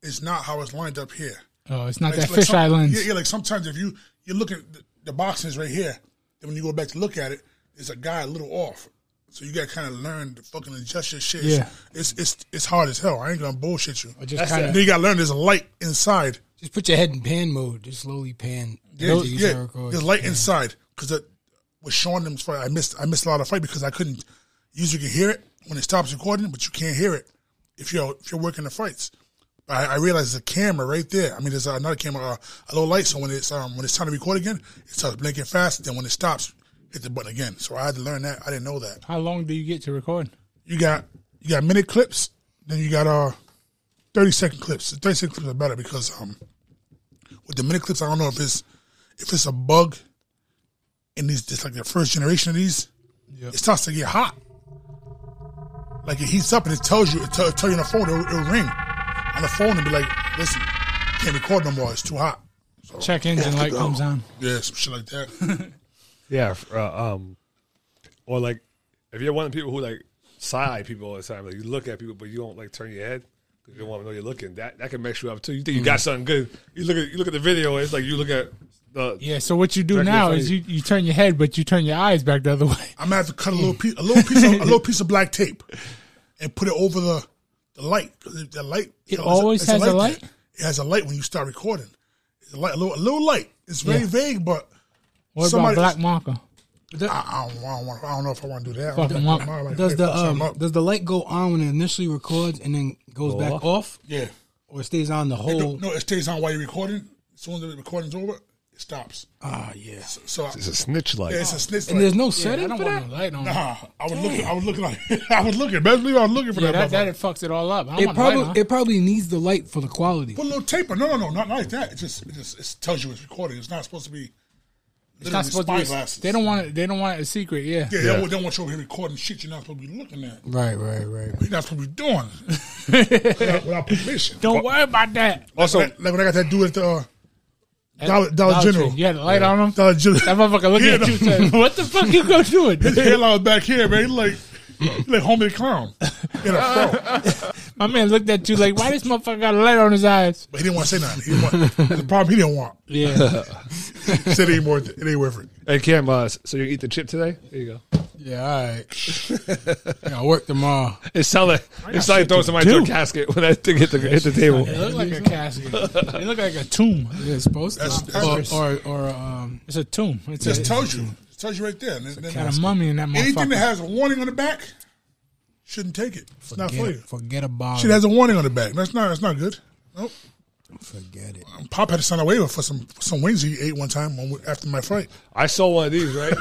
Speaker 4: is not how it's lined up here.
Speaker 3: Oh, it's not
Speaker 4: Like-
Speaker 3: that
Speaker 4: like
Speaker 3: fish
Speaker 4: some-
Speaker 3: island.
Speaker 4: Yeah, yeah, like sometimes if you you look at the, the boxes right here, and when you go back to look at it, it's a guy a little off. So you got to kind of learn to fucking adjust your shit.
Speaker 3: Yeah.
Speaker 4: It's, it's it's hard as hell. I ain't gonna bullshit you.
Speaker 2: Or just kind
Speaker 4: Then
Speaker 2: of
Speaker 4: you got to learn there's a light inside.
Speaker 2: just put your head in pan mode. Just slowly pan.
Speaker 4: Yeah,
Speaker 2: These
Speaker 4: yeah,
Speaker 2: are good.
Speaker 4: there's light inside because with Sean them's fight, I missed I missed a lot of fight because I couldn't. Usually you can hear it when it stops recording, but you can't hear it if you're if you're working the fights. But I, I realized there's a camera right there. I mean, there's another camera, uh, a little light. So when it's um when it's time to record again, it starts blinking fast. Then when it stops, hit the button again. So I had to learn that. I didn't know that.
Speaker 3: How long do you get to record?
Speaker 4: You got you got minute clips, then you got uh thirty second clips. The thirty second clips are better because um with the minute clips, I don't know if it's if it's a bug in these just like the first generation of these, it starts to get hot. Like it heats up and it tells you it tell, it tell you on the phone it'll, it'll ring on the phone and be like, listen, can't record no more. It's too hot. Oh,
Speaker 3: Check engine light comes on.
Speaker 4: Yeah, some shit like that.
Speaker 1: yeah, f- uh, um, or like if you're one of the people who like side people all the time, like you look at people but you don't like turn your head. 'cause You don't want to know you're looking. That that can mess you up too. You think you got something good. You look at you look at the video. It's like you look at the
Speaker 3: Yeah. So what you do
Speaker 1: Directly
Speaker 3: now
Speaker 1: in
Speaker 3: is
Speaker 1: front
Speaker 3: you, you turn your head, but you turn your eyes back the other way.
Speaker 4: I'm gonna have to cut a little piece, a little piece, of, a little piece of black tape, and put it over the the light. 'Cause it- The light. It
Speaker 3: always has a light?
Speaker 4: It has a light when you start recording. It's a light, a little, a little light. It's very
Speaker 3: Yeah.
Speaker 4: vague, but
Speaker 3: What
Speaker 4: Somebody-
Speaker 3: about black marker?
Speaker 4: I, I don't, I, don't want, I don't know if I want to do that. I
Speaker 3: Fucking
Speaker 4: don't
Speaker 3: want-
Speaker 4: think I might
Speaker 2: Does the
Speaker 4: fuck something
Speaker 2: um
Speaker 4: up.
Speaker 2: does the light go on when it initially records and then goes back off?
Speaker 4: yeah?
Speaker 2: or it stays on the
Speaker 4: It
Speaker 2: whole?
Speaker 4: don't- no, it stays on while you're recording. As soon as the recording's over, it stops.
Speaker 2: Ah, yeah.
Speaker 4: So I,
Speaker 1: it's a snitch like
Speaker 4: yeah,
Speaker 3: Oh.
Speaker 4: it's a snitch.
Speaker 2: And
Speaker 4: light.
Speaker 2: there's no
Speaker 3: Yeah, I
Speaker 2: setting
Speaker 3: don't
Speaker 2: for
Speaker 3: want
Speaker 2: that.
Speaker 3: no light on.
Speaker 4: Nah, I was looking. I was looking. Like, I was looking. Best believe I was looking for
Speaker 3: Yeah,
Speaker 4: that.
Speaker 3: that, that
Speaker 4: motherfucker.
Speaker 3: it fucks it all up. I don't
Speaker 2: It
Speaker 3: want no light on.
Speaker 2: probably it probably needs the light for the quality.
Speaker 4: Put a little tape on. No, no, no, not like that. It just, it just it tells you it's recording. It's not supposed to be.
Speaker 3: It's not supposed to be. They don't want it. They don't want it a secret. Yeah.
Speaker 4: Yeah, they
Speaker 1: Yeah.
Speaker 4: don't- they don't want you over here recording shit you're not supposed to be looking at.
Speaker 2: Right, right, right.
Speaker 4: You're not supposed to be doing without, without permission.
Speaker 3: Don't worry about that.
Speaker 1: also
Speaker 4: Like, like when I got that dude at the uh, Dollar, Dollar, General.
Speaker 3: Tree. You had a light on him.
Speaker 4: Dollar General.
Speaker 3: That motherfucker looking
Speaker 4: Yeah,
Speaker 3: at
Speaker 4: no.
Speaker 3: you and saying, "What the fuck you go
Speaker 4: His
Speaker 3: doing?"
Speaker 4: hairline was back here, man. He like, he like homie the clown in a fro.
Speaker 3: My man looked at you like, "Why this motherfucker got a light on his eyes?"
Speaker 4: But he didn't want to say nothing. He didn't want, the problem he didn't want.
Speaker 3: Yeah,
Speaker 4: He said it ain't worth it. It ain't worth it.
Speaker 1: hey Cam, uh, so you eat the chip today? There you go.
Speaker 2: Yeah, all right. yeah, I work tomorrow.
Speaker 1: It's sounded like it sounded like throwing somebody into a
Speaker 3: do.
Speaker 1: casket when that thing hit the hit the table.
Speaker 3: it looked like a casket. It looked like a tomb.
Speaker 2: Yeah, it's supposed
Speaker 4: That's-
Speaker 2: to.
Speaker 4: that's-
Speaker 2: or, or, or um,
Speaker 3: It's a tomb. It's
Speaker 4: Just
Speaker 3: a,
Speaker 4: tells you. It tells you right there. And then- then-
Speaker 3: got a mummy in that
Speaker 4: anything that
Speaker 3: motherfucker.
Speaker 4: has a warning on the back shouldn't take it. It's not for
Speaker 2: forget,
Speaker 4: you.
Speaker 2: forget about
Speaker 4: Shit
Speaker 2: it.
Speaker 4: has a warning on the back. That's not. That's not good. Nope.
Speaker 2: Forget it.
Speaker 4: Pop had to sign a waiver for some for some wings he ate one time when we- after my fight.
Speaker 1: I saw one of these, right?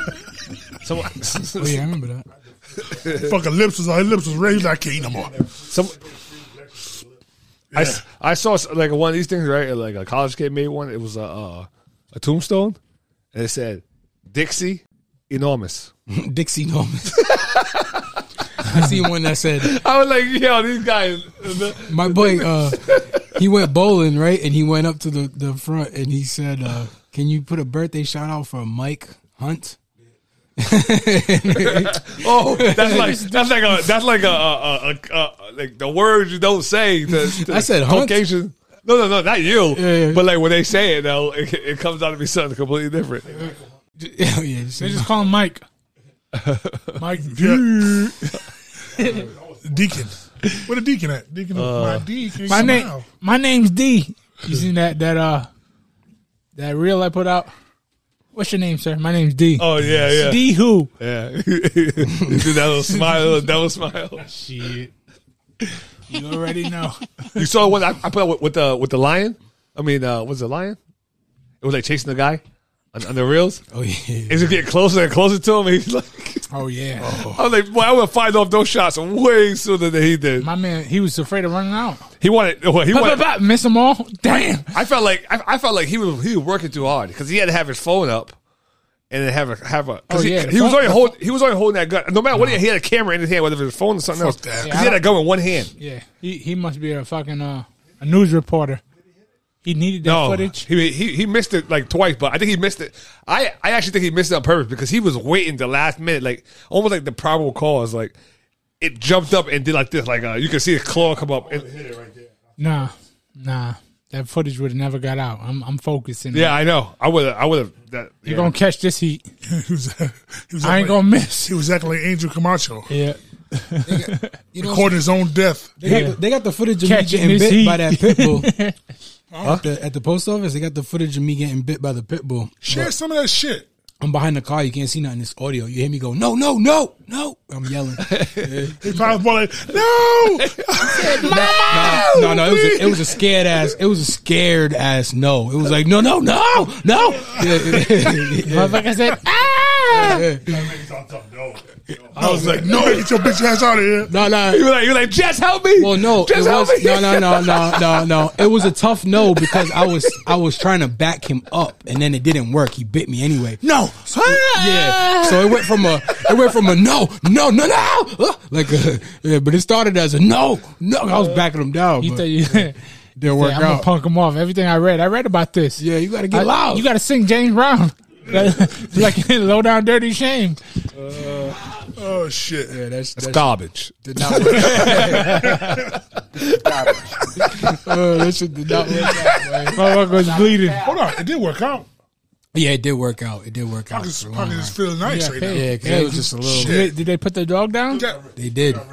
Speaker 1: Someone,
Speaker 2: Oh yeah, I remember that.
Speaker 4: Fucking lips was his lips was red. He's like, I can't eat no more.
Speaker 1: some, I, s- I saw s- like one of these things, right? Like a college kid made one. It was a uh, a tombstone, and it said Dixie enormous.
Speaker 2: Dixie Norman. I seen one that said
Speaker 1: I was like, yo, these guys.
Speaker 2: my boy uh he went bowling right and he went up to the the front and he said uh can you put a birthday shout out for mike hunt
Speaker 1: Oh, that's like that's like a that's like a, a, a, a, a like the words you don't say. To, to
Speaker 2: I said hunt.
Speaker 1: Caucasian. No, no, no, not you.
Speaker 2: Yeah, yeah.
Speaker 1: But like when they say it, though, it, it comes out to be something completely different.
Speaker 2: yeah, yeah just
Speaker 3: They
Speaker 2: say-
Speaker 3: just call him Mike.
Speaker 4: Mike yeah. Deacon. Where the deacon at? Deacon my deacon.
Speaker 3: My
Speaker 4: somehow.
Speaker 3: name. My name's D. You seen that that uh that reel I put out? What's your name, sir? My name's D.
Speaker 1: Oh yeah, yeah,
Speaker 3: D who?
Speaker 1: yeah. you do that little smile, little devil smile.
Speaker 3: Shit. You already know.
Speaker 1: You saw what I, I put out with, with the with the lion. I mean, uh, was it lion? It It was like chasing the guy on, on the reels.
Speaker 2: Oh yeah.
Speaker 1: It's just getting closer and closer to him. And he's like,
Speaker 3: Oh yeah.
Speaker 1: I was like, boy, I would have fired off those shots way sooner than he did.
Speaker 3: My man, he was afraid of running out.
Speaker 1: He wanted, well, he
Speaker 3: Bah,
Speaker 1: wanted.
Speaker 3: bah, bah, miss them all. Damn.
Speaker 1: I felt like I, I felt like he was he was working too hard because he had to have his phone up and then have a have a.
Speaker 3: Oh,
Speaker 1: Cause he,
Speaker 3: yeah, the
Speaker 1: he was
Speaker 3: phone-
Speaker 1: only holding he was only holding that gun. No matter what, he had, he had a camera in his hand, whether it was his phone or something else.
Speaker 4: Fuck that.
Speaker 1: 'Cause he had a gun in one hand.
Speaker 3: Yeah. He he must be a fucking uh, a news reporter. He needed that
Speaker 1: No,
Speaker 3: footage.
Speaker 1: He, he he missed it like twice, but I think he missed it. I, I actually think he missed it on purpose because he was waiting the last minute, like almost like the probable cause. Like it jumped up and did like this, like uh, you can see a claw come up. And,
Speaker 3: Nah, nah. That footage would have never got out. I'm I'm focusing.
Speaker 1: yeah, I know. I would I would have. that
Speaker 3: You're
Speaker 1: yeah.
Speaker 3: gonna catch this heat.
Speaker 4: he was, he was
Speaker 3: I ain't
Speaker 4: acting like-
Speaker 3: gonna miss.
Speaker 4: He was acting like Angel Camacho,
Speaker 3: Yeah.
Speaker 2: You know,
Speaker 4: recording his own death.
Speaker 2: they, got, the- they got the footage of
Speaker 3: Catching
Speaker 2: me getting
Speaker 3: this
Speaker 2: bit
Speaker 3: heat.
Speaker 2: by that pit bull. At, the, at the post office, they got the footage of me getting bit by the pit bull.
Speaker 4: Share some of that shit.
Speaker 2: I'm behind the car. You can't see nothing. It's audio. You hear me go, no, no, no, no. I'm yelling.
Speaker 4: He probably was like, no,
Speaker 2: no, no, it was a, it was a scared ass. It was a scared ass. No, it was like no, no, no, no.
Speaker 3: Motherfucker said, ah!
Speaker 4: I was like, no, get your bitch ass out of here.
Speaker 2: No, no.
Speaker 1: You were like you were like Jess, help me.
Speaker 2: Well, no, it
Speaker 1: Jess, help
Speaker 2: was
Speaker 1: me.
Speaker 2: no, no, no, no, no, no. It was a tough no because I was I was trying to back him up, and then it didn't work. He bit me anyway.
Speaker 4: No,
Speaker 2: Yeah. So it went from a it went from a no, no, no, no, uh, like a, yeah, but it started as a no, no. I was backing him down.
Speaker 3: You
Speaker 2: but
Speaker 3: thought you didn't
Speaker 2: didn't
Speaker 3: work
Speaker 2: work
Speaker 3: I'm gonna
Speaker 2: out.
Speaker 3: punk him off. Everything I read, I read about this.
Speaker 2: Yeah, you gotta get
Speaker 3: I-
Speaker 2: loud.
Speaker 3: You gotta sing James Brown. like like low down dirty shame.
Speaker 4: Oh shit.
Speaker 2: yeah, that's, that's
Speaker 1: Garbage.
Speaker 2: did not work out. Uh, that shit did not work out. man.
Speaker 3: Motherfucker was bleeding.
Speaker 4: Hold on, it did work out.
Speaker 2: Yeah, it did work out. It did work out.
Speaker 4: Pockets,
Speaker 2: for a long
Speaker 4: pockets is
Speaker 2: run.
Speaker 4: feeling nice
Speaker 3: Yeah,
Speaker 4: right
Speaker 3: hey.
Speaker 4: now.
Speaker 2: Yeah, because it was just a little.
Speaker 4: Shit.
Speaker 3: Did they, did they put the dog down?
Speaker 4: Got,
Speaker 2: They did.
Speaker 4: got a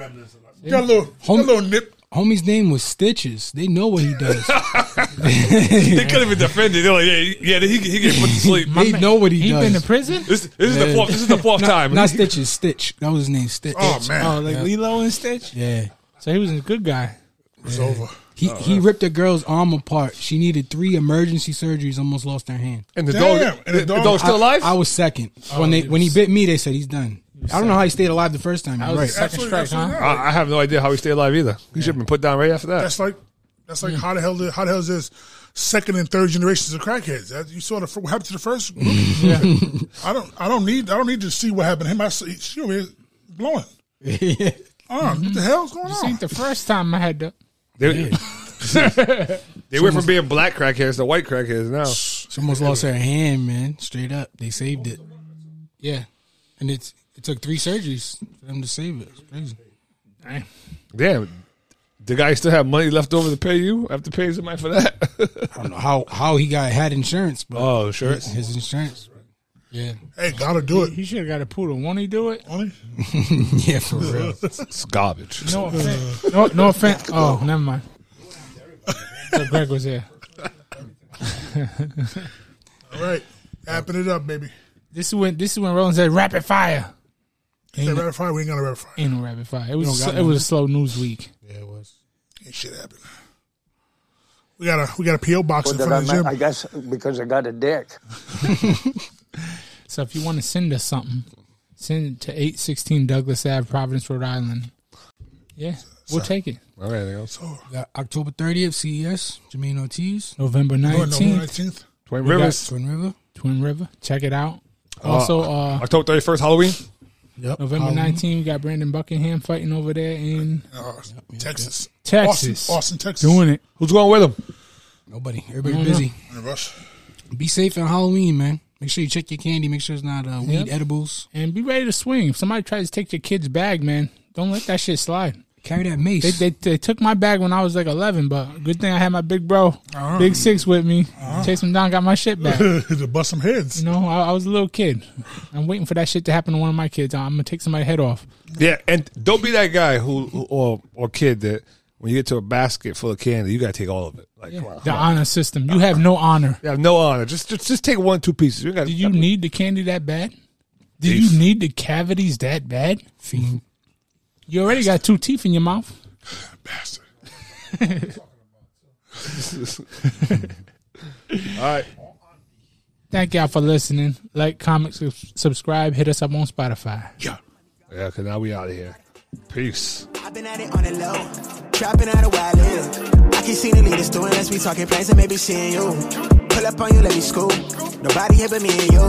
Speaker 4: little, got a little nip.
Speaker 2: Homie's name was Stitches. They know what he does.
Speaker 1: They could have been defended. They're like, yeah, yeah, he he get put to sleep.
Speaker 2: they know what he,
Speaker 3: He
Speaker 2: does.
Speaker 3: been to prison?
Speaker 1: This this is the fourth. This is the fourth time.
Speaker 2: Not Stitches, Stitch. That was his name, Stitch.
Speaker 4: Oh man,
Speaker 3: Oh, like Lilo and Stitch.
Speaker 2: Yeah.
Speaker 3: So he was a good guy.
Speaker 4: it was over.
Speaker 2: He he ripped a girl's arm apart. She needed three emergency surgeries. Almost lost her hand.
Speaker 1: and the
Speaker 4: Damn,
Speaker 1: dog,
Speaker 4: and the
Speaker 1: the, the
Speaker 4: dog-
Speaker 1: dog's still alive.
Speaker 2: I was second when they when he bit me. They said he's done. I don't know how he stayed alive the first time.
Speaker 3: That
Speaker 2: You're
Speaker 3: was
Speaker 2: right.
Speaker 3: the second
Speaker 4: Absolutely,
Speaker 3: strike, huh?
Speaker 4: absolutely.
Speaker 1: I, I have no idea how he stayed alive either. He should have been put down right after that.
Speaker 4: That's like, that's like how the hell, did, how the hell is this second and third generations of crackheads? That, you saw the fir- what happened to the first. Group? I don't, I don't need, I don't need to see what happened to him. I see, she over here blowing. Oh, what the hell's going
Speaker 3: This ain't
Speaker 4: on?
Speaker 3: the first time I had to.
Speaker 1: They, they went from being black crackheads to white crackheads now.
Speaker 2: She almost lost her hand, man. Straight up, they saved it. Yeah, and it's it took three surgeries for them to save it. It's crazy.
Speaker 1: Damn, the guy still have money left over to pay you after paying somebody for that.
Speaker 2: I don't know how how he got had insurance, but
Speaker 1: oh, sure.
Speaker 2: his insurance. Yeah,
Speaker 4: Hey, gotta do it.
Speaker 3: He should have got a poodle. Won't he do it?
Speaker 4: Only-
Speaker 2: yeah, for real.
Speaker 1: It's garbage.
Speaker 3: No offense. No, no offense. Oh, never mind. So Greg was there.
Speaker 4: All right, wrapping it up, baby.
Speaker 3: This is when this is when Roland said rapid fire.
Speaker 4: Ain't that fire? We ain't gonna ratify.
Speaker 3: Ain't no rapid fire. It was
Speaker 2: don't got
Speaker 3: it was a slow news week.
Speaker 2: Yeah, it was.
Speaker 4: Ain't shit happen. We got a we got a PO box in
Speaker 8: Because
Speaker 4: front of the
Speaker 8: I,
Speaker 4: gym.
Speaker 8: I guess because I got a dick.
Speaker 3: So if you want to send us something, send it to eight sixteen Douglas Ave, Providence, Rhode Island. Yeah, we'll take it.
Speaker 1: All right, anything else?
Speaker 2: We got October 30th, CES, Jermaine Ortiz,
Speaker 3: November
Speaker 4: Oh, November
Speaker 3: nineteenth,
Speaker 4: nineteenth.
Speaker 1: Twain
Speaker 3: got-
Speaker 1: Rivers,
Speaker 2: Twin River.
Speaker 3: Twin River. Check it out. Also, uh,
Speaker 1: October thirty first, Halloween.
Speaker 2: Yep.
Speaker 3: November
Speaker 2: Halloween.
Speaker 3: nineteenth, we got Brandon Buckingham fighting over there in
Speaker 4: Oh, Texas.
Speaker 3: Texas.
Speaker 4: Austin, Austin, Texas.
Speaker 3: doing it.
Speaker 1: Who's going with him?
Speaker 2: Nobody. Everybody's
Speaker 3: don't
Speaker 2: busy.
Speaker 4: In a rush.
Speaker 2: Be safe on Halloween, man. Make sure you check your candy. Make sure it's not uh, weed
Speaker 3: Yep.
Speaker 2: edibles.
Speaker 3: And be ready to swing. If somebody tries to take your kid's bag, man, don't let that shit slide.
Speaker 2: Carry that mace.
Speaker 3: They, they, they took my bag when I was like 11, but good thing I had my big bro,
Speaker 1: Uh-huh.
Speaker 3: Big Six, with me. Chased him down, got my shit back. you
Speaker 4: to bust some heads.
Speaker 3: know, I, I was a little kid. I'm waiting for that shit to happen to one of my kids. I'm gonna take somebody's head off.
Speaker 1: Yeah, and don't be that guy who, who or or kid that when you get to a basket full of candy, you gotta take all of it. Like, come on.
Speaker 3: The honor system. You have no honor.
Speaker 1: You have no honor. Just just, just take one two pieces. You got
Speaker 3: Do you need the candy that bad? Do you need the cavities that bad?
Speaker 1: Mm-hmm.
Speaker 2: Fiend.
Speaker 3: You already got two teeth in your mouth.
Speaker 4: Bastard.
Speaker 1: All right.
Speaker 3: Thank y'all for listening. Like, comment, sub- subscribe. Hit us up on Spotify.
Speaker 1: Yeah, because now we out of here. Peace.
Speaker 9: I've been at it on the low, trapping out a while. Yeah. I can see the leaders doing us. We talking plans and maybe seeing you. Pull up on you, let me scoop. Nobody here but me and you.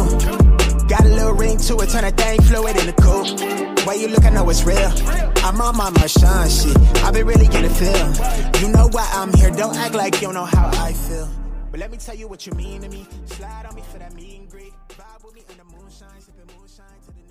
Speaker 9: Got a little ring to it, turn a thing fluid in the coupe. Why you look, I know it's real. I'm on my Marshawn shit. I've been really getting feel. You know why I'm here. Don't act like you don't know how I feel. But let me tell you what you mean to me. Slide on me for that mean greet. Vibe with me in the moonshine, sipping moonshine to the